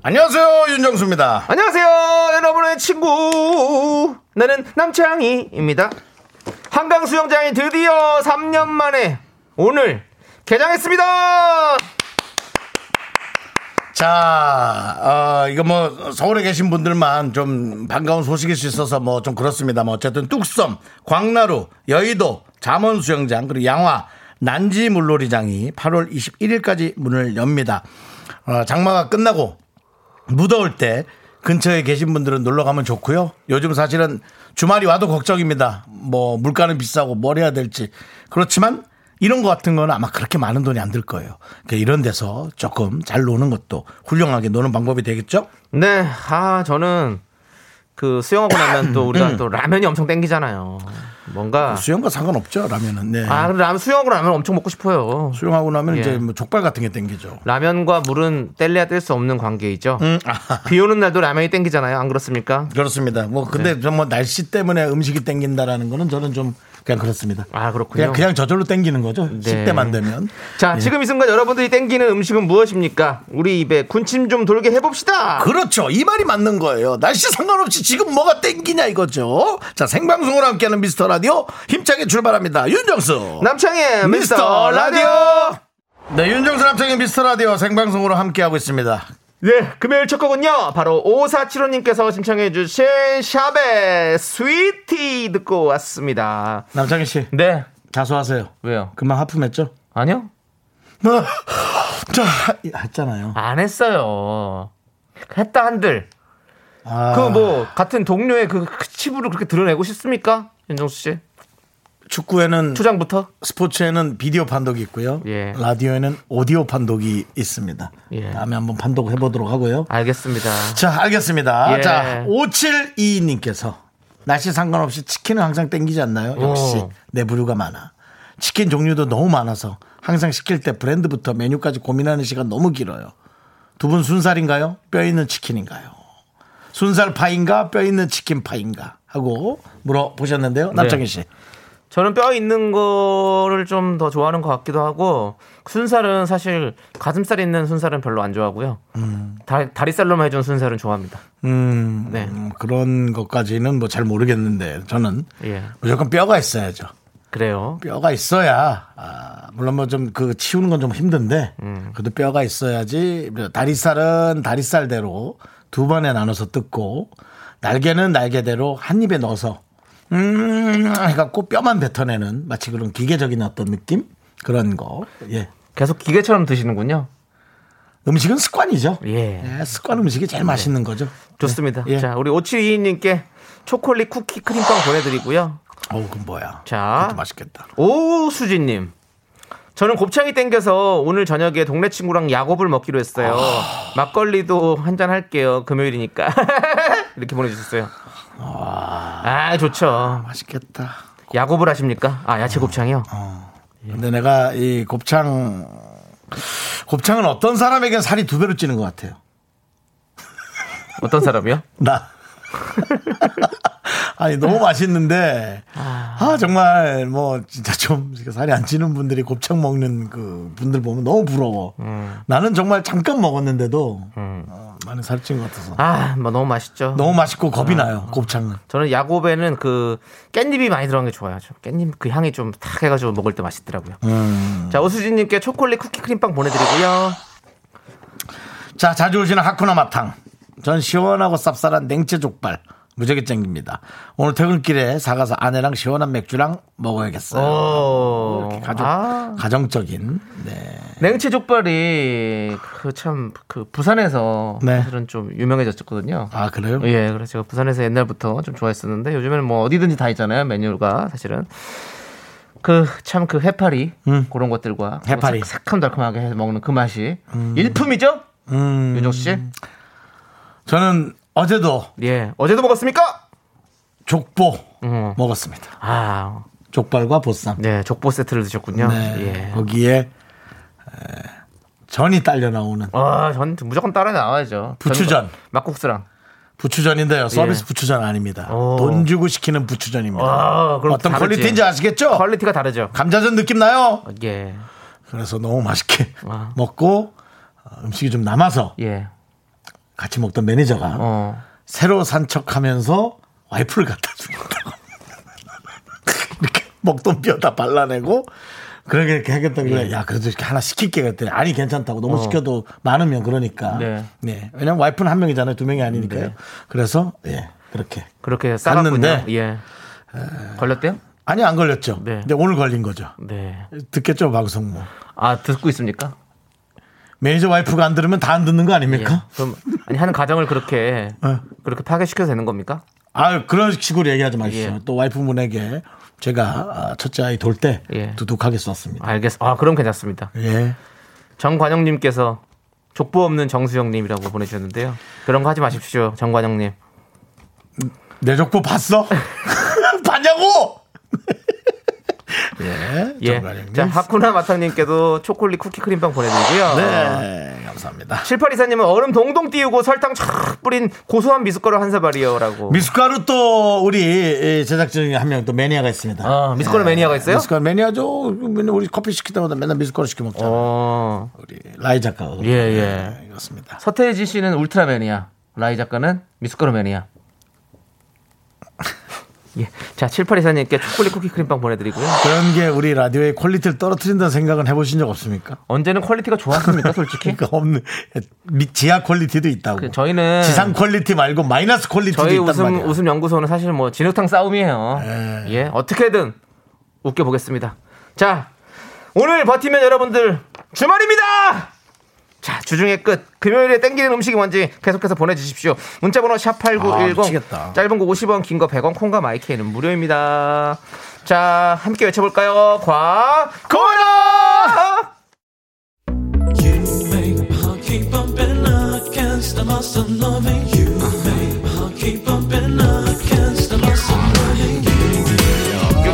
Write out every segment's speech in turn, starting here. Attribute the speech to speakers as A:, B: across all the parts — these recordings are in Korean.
A: 안녕하세요 윤정수입니다.
B: 안녕하세요, 여러분의 친구. 나는 남창희입니다. 한강 수영장이 드디어 3년 만에 오늘 개장했습니다.
A: 자, 어, 이거 뭐 서울에 계신 분들만 좀 반가운 소식일 수 있어서 뭐 좀 그렇습니다만 어쨌든 뚝섬, 광나루, 여의도, 잠원 수영장 그리고 양화, 난지 물놀이장이 8월 21일까지 문을 엽니다. 어, 장마가 끝나고 무더울 때 근처에 계신 분들은 놀러 가면 좋고요. 요즘 사실은 주말이 와도 걱정입니다. 뭐 물가는 비싸고 뭘 해야 될지. 그렇지만 이런 거 같은 거는 아마 그렇게 많은 돈이 안 들 거예요. 그러니까 이런 데서 조금 잘 노는 것도 훌륭하게 노는 방법이 되겠죠?
B: 네, 아, 저는 그 수영하고 나면 또 우리가 또 라면이 엄청 땡기잖아요. 뭔가.
A: 수영과 상관없죠. 라면은. 네.
B: 아, 근데 라면, 수영하고 라면 엄청 먹고 싶어요.
A: 수영하고 나면
B: 예.
A: 이제 뭐 족발 같은 게 땡기죠.
B: 라면과 물은 뗄래야 뗄 수 없는 관계이죠.
A: 음, 아,
B: 비 오는 날도 라면이 땡기잖아요. 안 그렇습니까?
A: 그렇습니다. 뭐
B: 네.
A: 근데 좀 뭐 날씨 때문에 음식이 땡긴다라는 거는 저는 좀 그냥 그렇습니다.
B: 아, 그렇군요. 네.
A: 그냥 그냥 저절로 땡기는 거죠. 십 10대만 되면.
B: 자, 지금 이 순간 여러분들이 땡기는 음식은 무엇입니까? 우리 입에 군침 좀 돌게 해봅시다.
A: 그렇죠. 이 말이 맞는 거예요. 날씨 상관없이 지금 뭐가 땡기냐 이거죠. 자, 생방송으로 함께하는 미스터 라디오 힘차게 출발합니다. 윤정수.
B: 남창의 미스터 라디오.
A: 네, 윤정수 남창의 미스터 라디오 생방송으로 함께하고 있습니다.
B: 네, 금요일 첫 곡은요. 바로 5475님께서 신청해 주신 샵의 스위티 듣고 왔습니다.
A: 남창희 씨,
B: 네.
A: 자수하세요.
B: 왜요?
A: 금방 하품했죠?
B: 아니요.
A: 자, 했잖아요.
B: 안 했어요. 했다 한들.
A: 아,
B: 그 뭐 같은 동료의 그 치부를 그렇게 드러내고 싶습니까? 윤정수 씨.
A: 축구에는
B: 투장부터?
A: 스포츠에는 비디오 판독이 있고요.
B: 예.
A: 라디오에는 오디오 판독이 있습니다.
B: 예.
A: 다음에 한번 판독해 보도록 하고요.
B: 알겠습니다.
A: 자, 알겠습니다.
B: 예.
A: 자, 5722님께서 날씨 상관없이 치킨은 항상 땡기지 않나요? 역시
B: 오.
A: 내 부류가 많아. 치킨 종류도 너무 많아서 항상 시킬 때 브랜드부터 메뉴까지 고민하는 시간 너무 길어요. 두 분 순살인가요? 뼈 있는 치킨인가요? 순살 파인가 뼈 있는 치킨 파인가 하고
B: 네.
A: 물어보셨는데요. 남창희 씨.
B: 저는 뼈 있는 거를 좀 더 좋아하는 것 같기도 하고 순살은 사실 가슴살 있는 순살은 별로 안 좋아하고요. 다, 다리살로만 해준 순살은 좋아합니다.
A: 음,
B: 네.
A: 음, 그런 것까지는 뭐 잘 모르겠는데 저는
B: 예.
A: 무조건 뼈가 있어야죠.
B: 그래요.
A: 뼈가 있어야 아, 물론 뭐 좀 그 치우는 건 좀 힘든데
B: 음.
A: 그래도 뼈가 있어야지 뭐 다리살은 다리살대로 두 번에 나눠서 뜯고 날개는 날개대로 한 입에 넣어서 음 해갖고 뼈만 뱉어내는 마치 그런 기계적인 어떤 느낌 그런 거 예.
B: 계속 기계처럼 드시는군요.
A: 음식은 습관이죠
B: 예.
A: 예, 습관 음식이 제일 맛있는 거죠
B: 좋습니다.
A: 예.
B: 자, 우리 5722님께 초콜릿 쿠키 크림빵 보내드리고요.
A: 어우 그건 뭐야
B: 자.
A: 그것도 맛있겠다
B: 오수진님. 저는 곱창이 땡겨서 오늘 저녁에 동네 친구랑 야곱을 먹기로 했어요.
A: 아.
B: 막걸리도 한잔 할게요. 금요일이니까. 이렇게 보내주셨어요. 아, 좋죠.
A: 맛있겠다
B: 야곱을 하십니까? 아, 야채 곱창이요?
A: 예. 근데 내가 이 곱창 곱창은 어떤 사람에겐 살이 두 배로 찌는 것 같아요
B: 어떤 사람이요?
A: 나. 아니 너무 맛있는데 아 정말 뭐 진짜 좀 살이 안 찌는 분들이 곱창 먹는 그 분들 보면 너무 부러워. 나는 정말 잠깐 먹었는데도 어, 많이 살찐 것 같아서
B: 아, 뭐 너무 맛있죠.
A: 너무 맛있고 겁이 나요 곱창은.
B: 저는 야곱에는 그 깻잎이 많이 들어간 게 좋아요. 저 깻잎 그 향이 좀 탁 해가지고 먹을 때 맛있더라고요.
A: 음.
B: 자, 오수진님께 초콜릿 쿠키 크림빵 보내드리고요.
A: 자, 자주 오시는 하쿠나 마탕. 전 시원하고 쌉쌀한 냉채 족발. 무지하게 땡깁니다. 오늘 퇴근길에 사가서 아내랑 시원한 맥주랑 먹어야겠어요.
B: 오,
A: 가족,
B: 아,
A: 가정적인. 네.
B: 냉채 족발이 그 참 그 부산에서
A: 네.
B: 사실은 좀 유명해졌었거든요.
A: 아, 그래요?
B: 예, 그래서 제가 부산에서 옛날부터 좀 좋아했었는데 요즘에는 뭐 어디든지 다 있잖아요 메뉴가 사실은 그 참 그 해파리 그런 것들과
A: 해파리.
B: 그 삭- 새콤달콤하게 음. 예. 해서 먹는 그 맛이 일품이죠. 윤종 씨.
A: 저는 어제도
B: 예. 어제도 먹었습니까?
A: 족보
B: 음.
A: 먹었습니다.
B: 아,
A: 족발과 보쌈.
B: 네. 족보 세트를 드셨군요.
A: 네,
B: 예.
A: 거기에 에, 전이 딸려 나오는
B: 아, 전 무조건 따라 나와야죠.
A: 부추전.
B: 전 막국수랑.
A: 부추전인데요. 서비스
B: 예.
A: 부추전 아닙니다.
B: 오.
A: 돈 주고 시키는 부추전입니다.
B: 아, 그럼
A: 어떤
B: 다르지.
A: 퀄리티인지 아시겠죠?
B: 퀄리티가 다르죠.
A: 감자전 느낌 나요?
B: 예.
A: 그래서 너무 맛있게
B: 와.
A: 먹고 어, 음식이 좀 남아서
B: 예.
A: 같이 먹던 매니저가
B: 어.
A: 새로 산척하면서 와이프를 갖다 주겠다고 이렇게 먹던 뼈 다 발라내고 그렇게 이렇게 하겠다길래
B: 예.
A: 야 그래도 이렇게 하나 시킬게 그랬더니 아니 괜찮다고 너무 시켜도 많으면 그러니까
B: 어. 네.
A: 네. 왜냐면 와이프는 한 명이잖아요 두 명이 아니니까요 그래서 예 그렇게
B: 그렇게 싸갔군요.
A: 갔는데.
B: 예. 걸렸대요?
A: 아니 안 걸렸죠
B: 네.
A: 근데 오늘 걸린 거죠
B: 네.
A: 듣겠죠 방송 뭐
B: 아, 듣고 있습니까?
A: 매니저 와이프가 안 들으면 다 안 듣는 거
B: 예.
A: 아닙니까?
B: 그럼 아니 하는 가정을 그렇게
A: 네.
B: 그렇게 파괴시켜도 되는 겁니까?
A: 아 그런 식으로 얘기하지 마십시오.
B: 예.
A: 또 와이프분에게 제가 아, 첫째 아이 돌 때
B: 예.
A: 두둑하게 썼습니다.
B: 알겠어. 아, 그럼 괜찮습니다.
A: 예.
B: 정관영님께서 족보 없는 정수영님이라고 보내주셨는데요. 그런 거 하지 마십시오, 정관영님.
A: 내 족보 봤어? 봤냐고? 예.
B: 예.
A: 정관영님.
B: 자, 하쿠나 마탕님께도 초콜릿 쿠키 크림빵 보내드리고요.
A: 네. 감사합니다.
B: 7824님은 얼음 동동 띄우고 설탕 촥 뿌린 고소한 미숫가루 한 사발이요라고.
A: 미숫가루 또 우리 이 제작진 중에 한 명 또 매니아가 있습니다. 예.
B: 아, 미숫가루 매니아가 있어요?
A: 미숫가루 매니아죠. 맨날 우리 커피 시킬 때마다 맨날 미숫가루 시켜 먹잖아.
B: 어.
A: 우리 라이 작가가. 네,
B: 예, 예.
A: 그렇습니다.
B: 서태지 씨는 울트라 매니아, 라이 작가는 미숫가루 매니아. 예. 자, 7824님께 초콜릿 쿠키 크림빵 보내드리고요.
A: 그런 게 우리 라디오의 퀄리티를 떨어뜨린다는 생각은 해보신 적 없습니까?
B: 언제는 퀄리티가 좋았습니까, 솔직히?
A: 그러니까 없는 미- 지하 퀄리티도 있다고.
B: 그 저희는
A: 지상 퀄리티 말고 마이너스 퀄리티도
B: 저희
A: 있단
B: 웃음
A: 말이야.
B: 웃음 연구소는 사실 뭐 진흙탕 싸움이에요.
A: 예.
B: 예, 어떻게든 웃겨 보겠습니다. 자, 오늘 버티면 여러분들 주말입니다. 자, 주중의 끝. 금요일에 땡기는 음식이 뭔지 계속해서 보내주십시오. 문자번호 샵
A: 아,
B: 8910.
A: 미치겠다.
B: 짧은 거 50원, 긴 거 100원, 콩과 마이크는 무료입니다. 자, 함께 외쳐볼까요? 과, 고라!
C: You make my heart keep bumping, I can't stop myself loving you. Make my heart keep bumping, I can't stop myself loving you.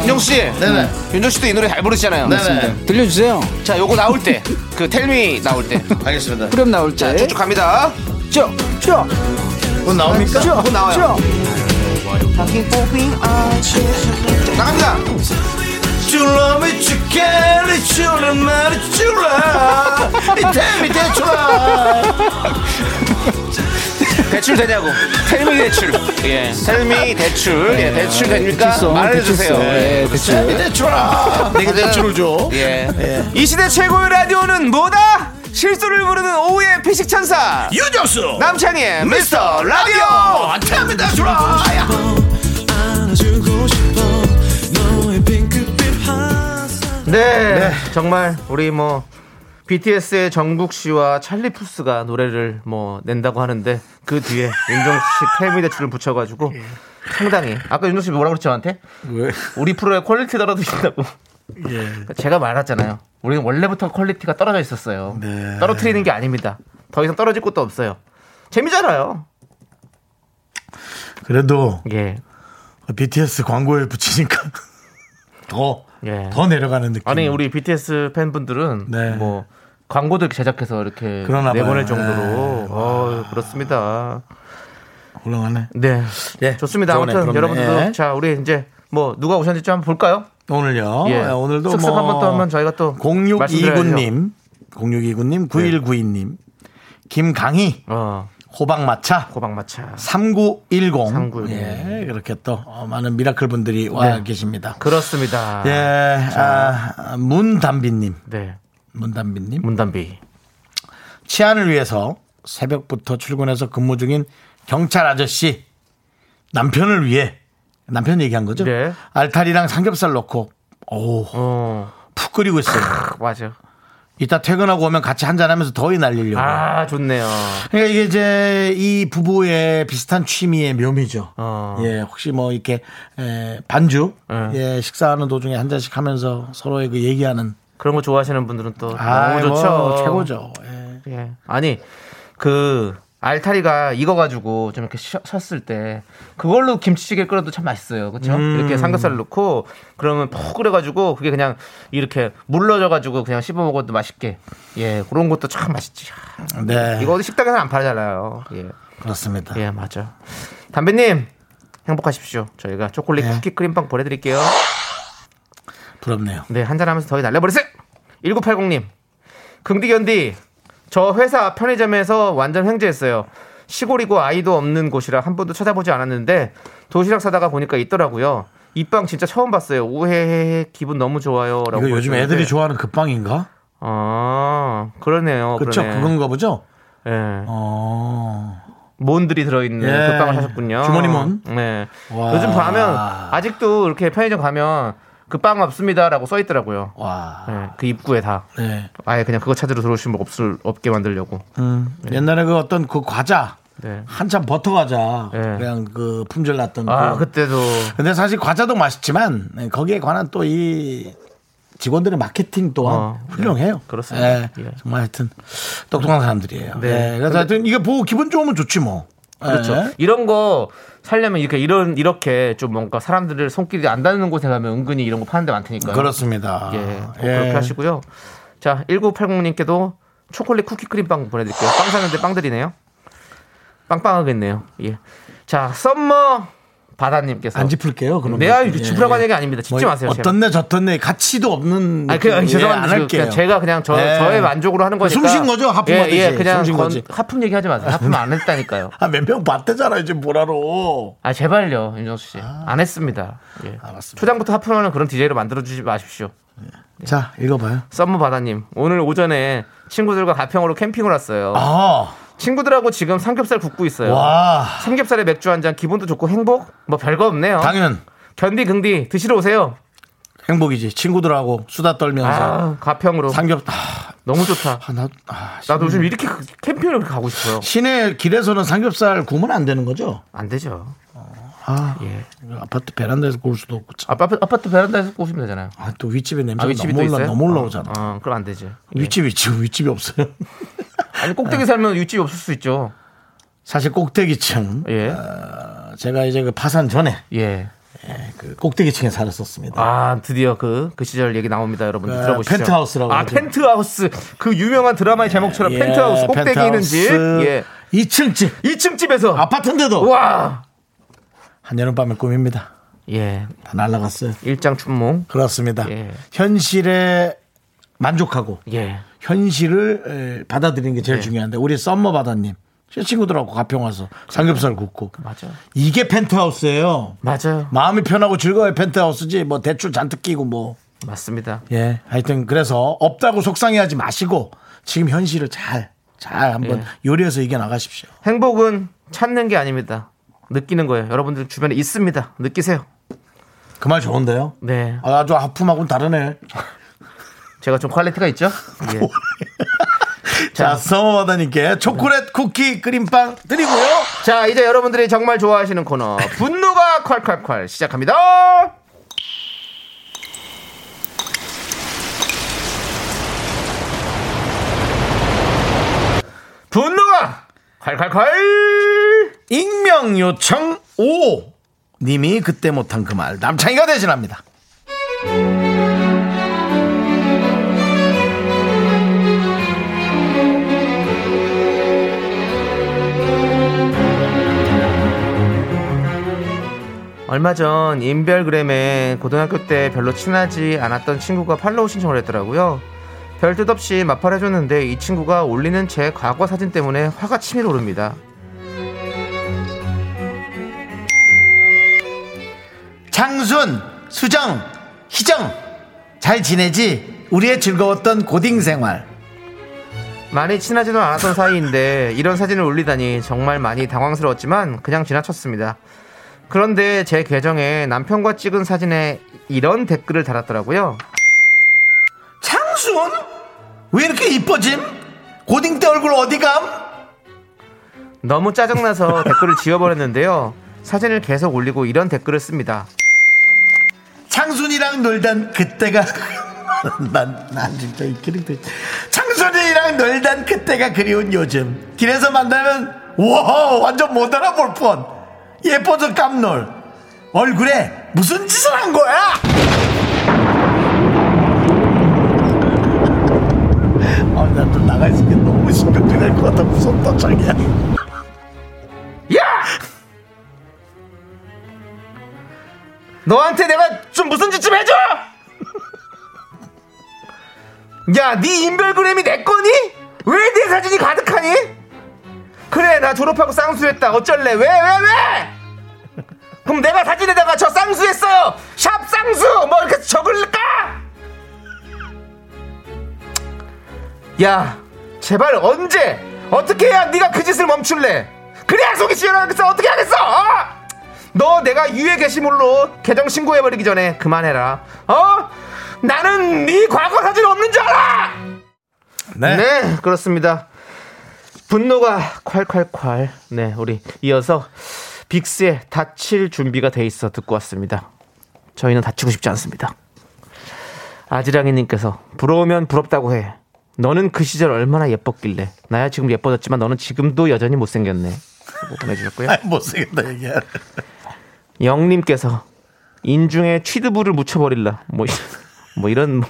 D: 윤정 씨, 네네. 윤정 씨도 이 노래 잘 부르시잖아요.
A: 네네.
E: 들려주세요.
D: 자, 요거 나올 때, 그 텔미 나올 때,
A: 알겠습니다.
E: 그럼 나올
F: 예?
E: 때.
D: 쭉쭉 갑니다.
E: 쭉, 쭉,
A: 그건 나옵니까?
D: 곧 나와요.
E: 쭉.
D: 나갑니다. 대출 되냐고. 텔미 대출. 예. 텔미 대출. 예, 대출 됩니까?
E: 대출성,
D: 말해주세요.
E: 대출성. 예, 대출.
A: 대출아. 내가 대출을 줘.
D: 예. 이 시대 최고의 라디오는 뭐다? 실수를 부르는 오후의 피식 천사.
A: 유정수.
D: 남창희의 미스터 라디오.
A: 안타면 대출아.
C: 안아주고 싶어, 너의 핑크빛 화사.
B: 네, 정말 우리 뭐 BTS의 정국 씨와 찰리 푸스가 노래를 뭐 낸다고 하는데 그 뒤에 윤정수 씨 텔미 대출을 붙여가지고
A: 예.
B: 상당히 아까 윤정수 씨 뭐라 그랬죠 저한테
A: 왜?
B: 우리 프로의 퀄리티 떨어뜨린다고
A: 예.
B: 제가 말했잖아요. 우리는 원래부터 퀄리티가 떨어져 있었어요.
A: 네.
B: 떨어뜨리는 게 아닙니다. 더 이상 떨어질 것도 없어요. 재미잖아요.
A: 그래도
B: 예.
A: BTS 광고에 붙이니까 더.
B: 예.
A: 더 내려가는 느낌.
B: 아니 우리 BTS 팬분들은
A: 네.
B: 뭐 광고도 이렇게 제작해서 이렇게
A: 그러나 봐요.
B: 내보낼 정도로
A: 네.
B: 어, 그렇습니다.
A: 훌륭하네.
B: 네.
A: 예,
B: 좋습니다.
A: 그러네,
B: 아무튼
A: 그러네.
B: 여러분들도
A: 예.
B: 자, 우리 이제 뭐 누가 오셨는지 좀 한번 볼까요?
A: 오늘요.
B: 예.
A: 예, 오늘도
B: 쓱쓱
A: 뭐
B: 한번 또 한번 저희가 또
A: 0629님, 0629님, 9192님, 김강희,
B: 어,
A: 호박마차,
B: 호박마차.
A: 3910.
B: 3910.
A: 예, 그렇게 또 어, 많은 미라클 분들이
B: 네.
A: 와 계십니다.
B: 그렇습니다.
A: 예, 아, 문담비님,
B: 네.
A: 문담비님.
B: 문담비.
A: 치안을 위해서 새벽부터 출근해서 근무 중인 경찰 아저씨 남편을 위해 남편 얘기한 거죠?
B: 네.
A: 알타리랑 삼겹살 넣고 오,
B: 어,
A: 푹 끓이고 있어요.
B: 맞아.
A: 이따 퇴근하고 오면 같이 한잔하면서 더위 날리려고.
B: 아, 좋네요.
A: 그러니까 이게 이제 이 부부의 비슷한 취미의 묘미죠.
B: 어.
A: 예, 혹시 뭐 이렇게 에, 반주,
B: 예.
A: 예, 식사하는 도중에 한 잔씩 하면서 서로의 그 얘기하는.
B: 그런 거 좋아하시는 뭐 분들은 또
A: 아이,
B: 너무 좋죠.
A: 뭐 최고죠. 예.
B: 예. 아니, 그 알타리가 익어가지고 좀 이렇게 쉬- 쉬었을 때 그걸로 김치찌개 끓여도 참 맛있어요. 그렇죠? 이렇게 삼겹살 넣고 그러면 푹 끓여가지고 그게 그냥 이렇게 물러져가지고 그냥 씹어 먹어도 맛있게 예 그런 것도 참 맛있지. 아,
A: 네.
B: 이거 어디 식당에서 안 팔잖아요. 예,
A: 그렇습니다.
B: 예 맞아. 담배님 행복하십시오. 저희가
A: 네.
B: 초콜릿 쿠키 크림빵 보내드릴게요.
A: 부럽네요.
B: 네, 한잔하면서 더위 날려버리세요. 1980님. 긍디견디. 저 회사 편의점에서 완전 횡재했어요. 시골이고 아이도 없는 곳이라 한 번도 찾아보지 않았는데 도시락 사다가 보니까 있더라고요. 이 빵 진짜 처음 봤어요. 우헤헤 기분 너무 좋아요. 라고
A: 이거 요즘
B: 보내주셨는데.
A: 애들이 좋아하는 급빵인가?
B: 아 그러네요.
A: 그렇죠.
B: 그러네.
A: 그건가 보죠.
B: 예.
A: 어.
B: 몬들이 들어있는
A: 예.
B: 급빵을 사셨군요.
A: 주머니 몬.
B: 네.
A: 와.
B: 요즘 가면 아직도 이렇게 편의점 가면 그 빵 없습니다라고 써 있더라고요.
A: 와.
B: 예, 그 입구에 다.
A: 네.
B: 아예 그냥 그거 찾으러 들어오시면 없을 없게 만들려고.
A: 음, 옛날에 그 어떤 그 과자
B: 네.
A: 한참 버터 과자
B: 네.
A: 그냥 그 품절 났던
B: 아
A: 그.
B: 그때도
A: 근데 사실 과자도 맛있지만 네, 거기에 관한 또 이 직원들의 마케팅 또한
B: 어,
A: 훌륭해요.
B: 그렇습니다.
A: 예,
B: 예.
A: 정말 하여튼 똑똑한 사람들이에요.
B: 네.
A: 예, 그래서 하여튼 이게 보고 기분 좋으면 좋지 뭐.
B: 그렇죠.
A: 예.
B: 이런 거 살려면 이렇게 이런 이렇게 좀 뭔가 사람들을 손길이 안 닿는 곳에 가면 은근히 이런 거 파는 데 많으니까요.
A: 그렇습니다.
B: 예, 꼭 그렇게 하시고요. 자, 1980님께도 초콜릿 쿠키 크림빵 보내드릴게요. 빵 사는데 빵들이네요. 빵빵하겠네요. 예. 자, 썸머 바다님께서
A: 안 짚을게요. 예, 그럼
B: 네, 아유, 짚으라고 하는 게 아닙니다. 짚지 마세요, 제발.
A: 뭐 어떤네 저떤네 가치도 없는.
B: 아니, 그, 아니,
A: 예,
B: 죄송합니다.
A: 안
B: 지금
A: 할게요.
B: 그냥 제가 그냥 저,
A: 예.
B: 저의 만족으로 하는 거니까.
A: 숨쉰 거죠? 하품
B: 예,
A: 받듯이.
B: 예, 그냥
A: 숨쉰
B: 건-
A: 거지.
B: 하품 얘기하지 마세요. 하품 안 했다니까요.
A: 아, 몇 명 봤대잖아, 이제 보라로.
B: 아, 제발요, 윤정수 씨.
A: 아.
B: 안 했습니다. 예.
A: 알았습니다.
B: 초장부터 하품하는 그런 DJ로 만들어주지 마십시오.
A: 자, 읽어봐요.
B: 썸머 바다님, 오늘 오전에 친구들과 가평으로 캠핑을 왔어요.
A: 아,
B: 친구들하고 지금 삼겹살 굽고 있어요.
A: 와.
B: 삼겹살에 맥주 한 잔 기분도 좋고 행복? 뭐 별거 없네요.
A: 당연.
B: 견디 긍디 드시러 오세요.
A: 행복이지. 친구들하고 수다 떨면서.
B: 아, 가평으로
A: 삼겹, 아,
B: 너무 좋다.
A: 아, 나, 아,
B: 나도 요즘 이렇게 그 캠핑을 이렇게 가고 싶어요.
A: 시내 길에서는 삼겹살 구우면 안 되는 거죠?
B: 안 되죠.
A: 아,
B: 예.
A: 아파트 베란다에서 구울 수도 없고. 참.
B: 아파트 아파트 베란다에서 구우시면 되잖아요.
A: 아, 또 윗집에
B: 아,
A: 냄새가
B: 윗집이 또
A: 너무, 올라,
B: 있어요?
A: 너무 올라오잖아.
B: 어, 어, 그럼 안 되지. 예.
A: 윗집, 윗집, 윗집이 없어요.
B: 아니 꼭대기 살면 윗집이 없을 수 있죠.
A: 사실 꼭대기층.
B: 예.
A: 제가 이제 그 파산 전에
B: 예.
A: 그 꼭대기층에 살았었습니다.
B: 아, 드디어 그 그 시절 얘기 나옵니다, 여러분들
A: 그
B: 들어보시죠.
A: 네. 펜트하우스라고
B: 아,
A: 하죠. 네,
B: 펜트하우스. 그 유명한 드라마의 제목처럼 펜트하우스 꼭대기 있는 집. 예.
A: 2층 예, 집.
B: 2층 집에서
A: 아파트인데도.
B: 와.
A: 한여름밤의 꿈입니다.
B: 예.
A: 다 날라갔어요.
B: 일장 춘몽.
A: 그렇습니다.
B: 예.
A: 현실에 만족하고
B: 예.
A: 현실을 에, 받아들이는 게 제일 중요한데 우리 썸머 바다님 제 친구들하고 가평 와서 삼겹살 굽고
B: 맞아.
A: 이게 펜트하우스예요.
B: 맞아요.
A: 마음이 편하고 즐거워야 펜트하우스지 뭐 대출 잔뜩 끼고 뭐
B: 맞습니다.
A: 예. 하여튼 그래서 없다고 속상해하지 마시고 지금 현실을 잘 잘 한번
B: 예.
A: 요리해서 이겨 나가십시오.
B: 행복은 찾는 게 아닙니다. 느끼는 거예요. 여러분들 주변에 있습니다. 느끼세요.
A: 그 말 좋은데요?
B: 네.
A: 아, 아주 하품하고는 다르네.
B: 제가 좀 퀄리티가 있죠?
A: 아,
B: 예.
A: 자, 썸머 바다님께 초콜릿 쿠키 끓임빵 드리고요.
B: 자, 이제 여러분들이 정말 좋아하시는 코너 분노가 콸콸콸 시작합니다. 분노가 콸콸콸
A: 익명 요청 5 님이 그때 못한 그 말 남창이가 대신합니다.
B: 얼마 전 인별그램에 고등학교 때 별로 친하지 않았던 친구가 팔로우 신청을 했더라고요. 별 뜻 없이 마팔 해줬는데 이 친구가 올리는 제 과거 사진 때문에 화가 치밀어 오릅니다.
A: 장순, 수정, 희정 잘 지내지? 우리의 즐거웠던 고딩 생활.
B: 많이 친하지도 않았던 사이인데 이런 사진을 올리다니 정말 많이 당황스러웠지만 그냥 지나쳤습니다. 그런데 제 계정에 남편과 찍은 사진에 이런 댓글을 달았더라고요.
A: 장순? 왜 이렇게 이뻐짐? 고딩 때 얼굴 어디 감?
B: 너무 짜증나서 댓글을 지워버렸는데요. 사진을 계속 올리고 이런 댓글을 씁니다.
A: 장순이랑 놀던 그때가 난, 난 진짜 이 캐릭터 장순 삼촌이랑 놀던 그때가 그리운 요즘 길에서 만나면 와 완전 못 알아볼 뻔 예뻐서 깜놀 얼굴에 무슨 짓을 한 거야 아나또 나가 있으니까 너무 심각해 될것 같아 무섭다 자기야
B: 너한테 내가 좀 무슨 짓 좀 해줘! 야, 네 인별그램이 내 거니? 왜 내 사진이 가득하니? 그래, 나 졸업하고 쌍수했다. 어쩔래? 왜, 왜, 왜? 그럼 내가 사진에다가 저 쌍수했어요! 샵 쌍수! 뭐 이렇게 적을까? 야, 제발 언제, 어떻게 해야 네가 그 짓을 멈출래? 그래야 속이 시원하겠어! 어떻게 하겠어! 어? 너 내가 유해 게시물로 계정 신고해버리기 전에 그만해라. 어? 나는 네 과거 사진 없는 줄 알아. 네, 그렇습니다. 분노가 콸콸콸. 네, 우리 이어서 빅스의 다칠 준비가 돼 있어 듣고 왔습니다. 저희는 다치고 싶지 않습니다. 아지랑이님께서 부러우면 부럽다고 해. 너는 그 시절 얼마나 예뻤길래 나야 지금 예뻐졌지만 너는 지금도 여전히 못생겼네. 라고 보내주셨고요.
A: 못생겼다 얘기야
B: 영님께서 인중에 취드부를 묻혀버릴라 뭐, 이- 뭐 이런 뭐,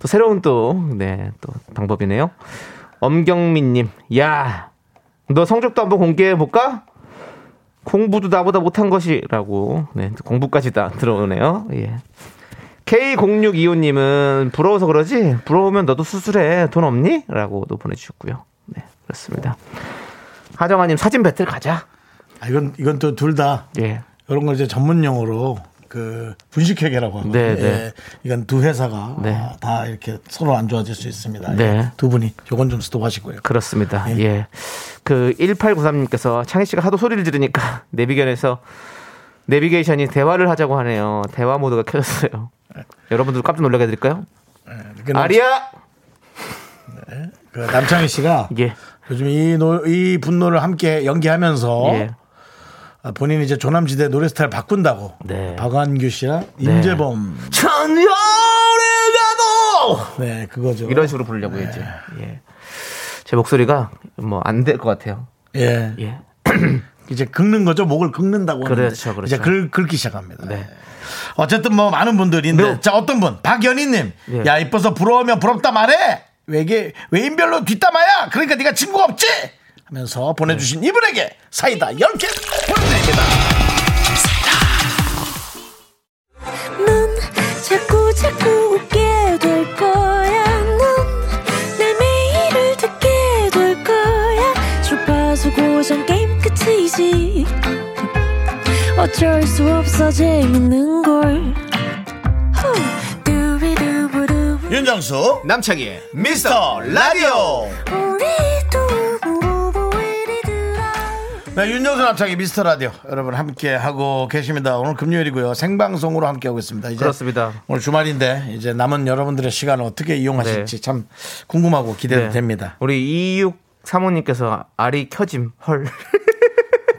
B: 또 새로운 또네또 방법이네요 엄경민님 야 너 성적도 한번 공개해 볼까 공부도 나보다 못한 것이라고 네또 공부까지 다 들어오네요 예 K0625님은 부러워서 그러지 부러우면 너도 수술해 돈 없니? 라고도 보내주셨고요 네 그렇습니다 하정아님 사진 배틀 가자
A: 아, 이건 이건 또 둘 다
B: 예
A: 이런 걸 이제 전문 용어로 그 분식회계라고 하거든요.
B: 네, 네.
A: 예, 이건 두 회사가
B: 네.
A: 아, 다 이렇게 서로 안 좋아질 수 있습니다.
B: 네.
A: 예, 두 분이 요건 좀 스톱하시고요.
B: 그렇습니다.
A: 네.
B: 예. 그 1893님께서 창희 씨가 하도 소리를 지르니까 내비게이션에서 내비게이션이 대화를 하자고 하네요. 대화 모드가 켜졌어요. 여러분들 깜짝 놀라게 해드릴까요?
A: 그 남-
B: 아리야.
A: 그 남창희 씨가
B: 예.
A: 요즘 이, 노, 이 분노를 함께 연기하면서
B: 예.
A: 아, 본인이 이제 조남지대 노래 스타일 바꾼다고
B: 네.
A: 박완규 씨랑 임재범
B: 천년의 가도
A: 네 그거죠.
B: 이런 식으로 부르려고 했죠.
A: 네.
B: 예. 제 목소리가 뭐 안 될 것 같아요.
A: 예.
B: 예.
A: 이제 긁는 거죠. 목을 긁는다고 하는데
B: 그렇죠, 그렇죠.
A: 이제 긁, 긁기 시작합니다.
B: 네.
A: 어쨌든 뭐 많은 분들인데
B: 네.
A: 자 어떤 분 박연희님
B: 예.
A: 야 이뻐서 부러우면 부럽다 말해 외계 외인별로 뒷담화야 그러니까 네가 친구가 없지 하면서 보내주신
B: 네.
A: 이분에게 사이다 10개 보내드립니다.
G: 넌 자꾸 자꾸 웃게 될 거야. 넌내 매일을 듣게 될 거야. 주파수 고정 게임 끝이지. 어쩔 수 없어 재밌는 걸. 후. 두비두부두.
A: 윤정수
B: 남창희.
A: 미스터 라디오
G: 우리 두부부부 우리 두라.
A: 네, 윤정수 남창희 미스터 라디오 여러분 함께 하고 계십니다. 오늘 금요일이고요 생방송으로 함께 하고 있습니다. 이제
B: 그렇습니다.
A: 오늘 주말인데 이제 남은 여러분들의 시간을 어떻게 이용하실지
B: 네.
A: 참 궁금하고 기대도 됩니다.
B: 예. 우리 26 사모님께서 알이 켜짐 헐.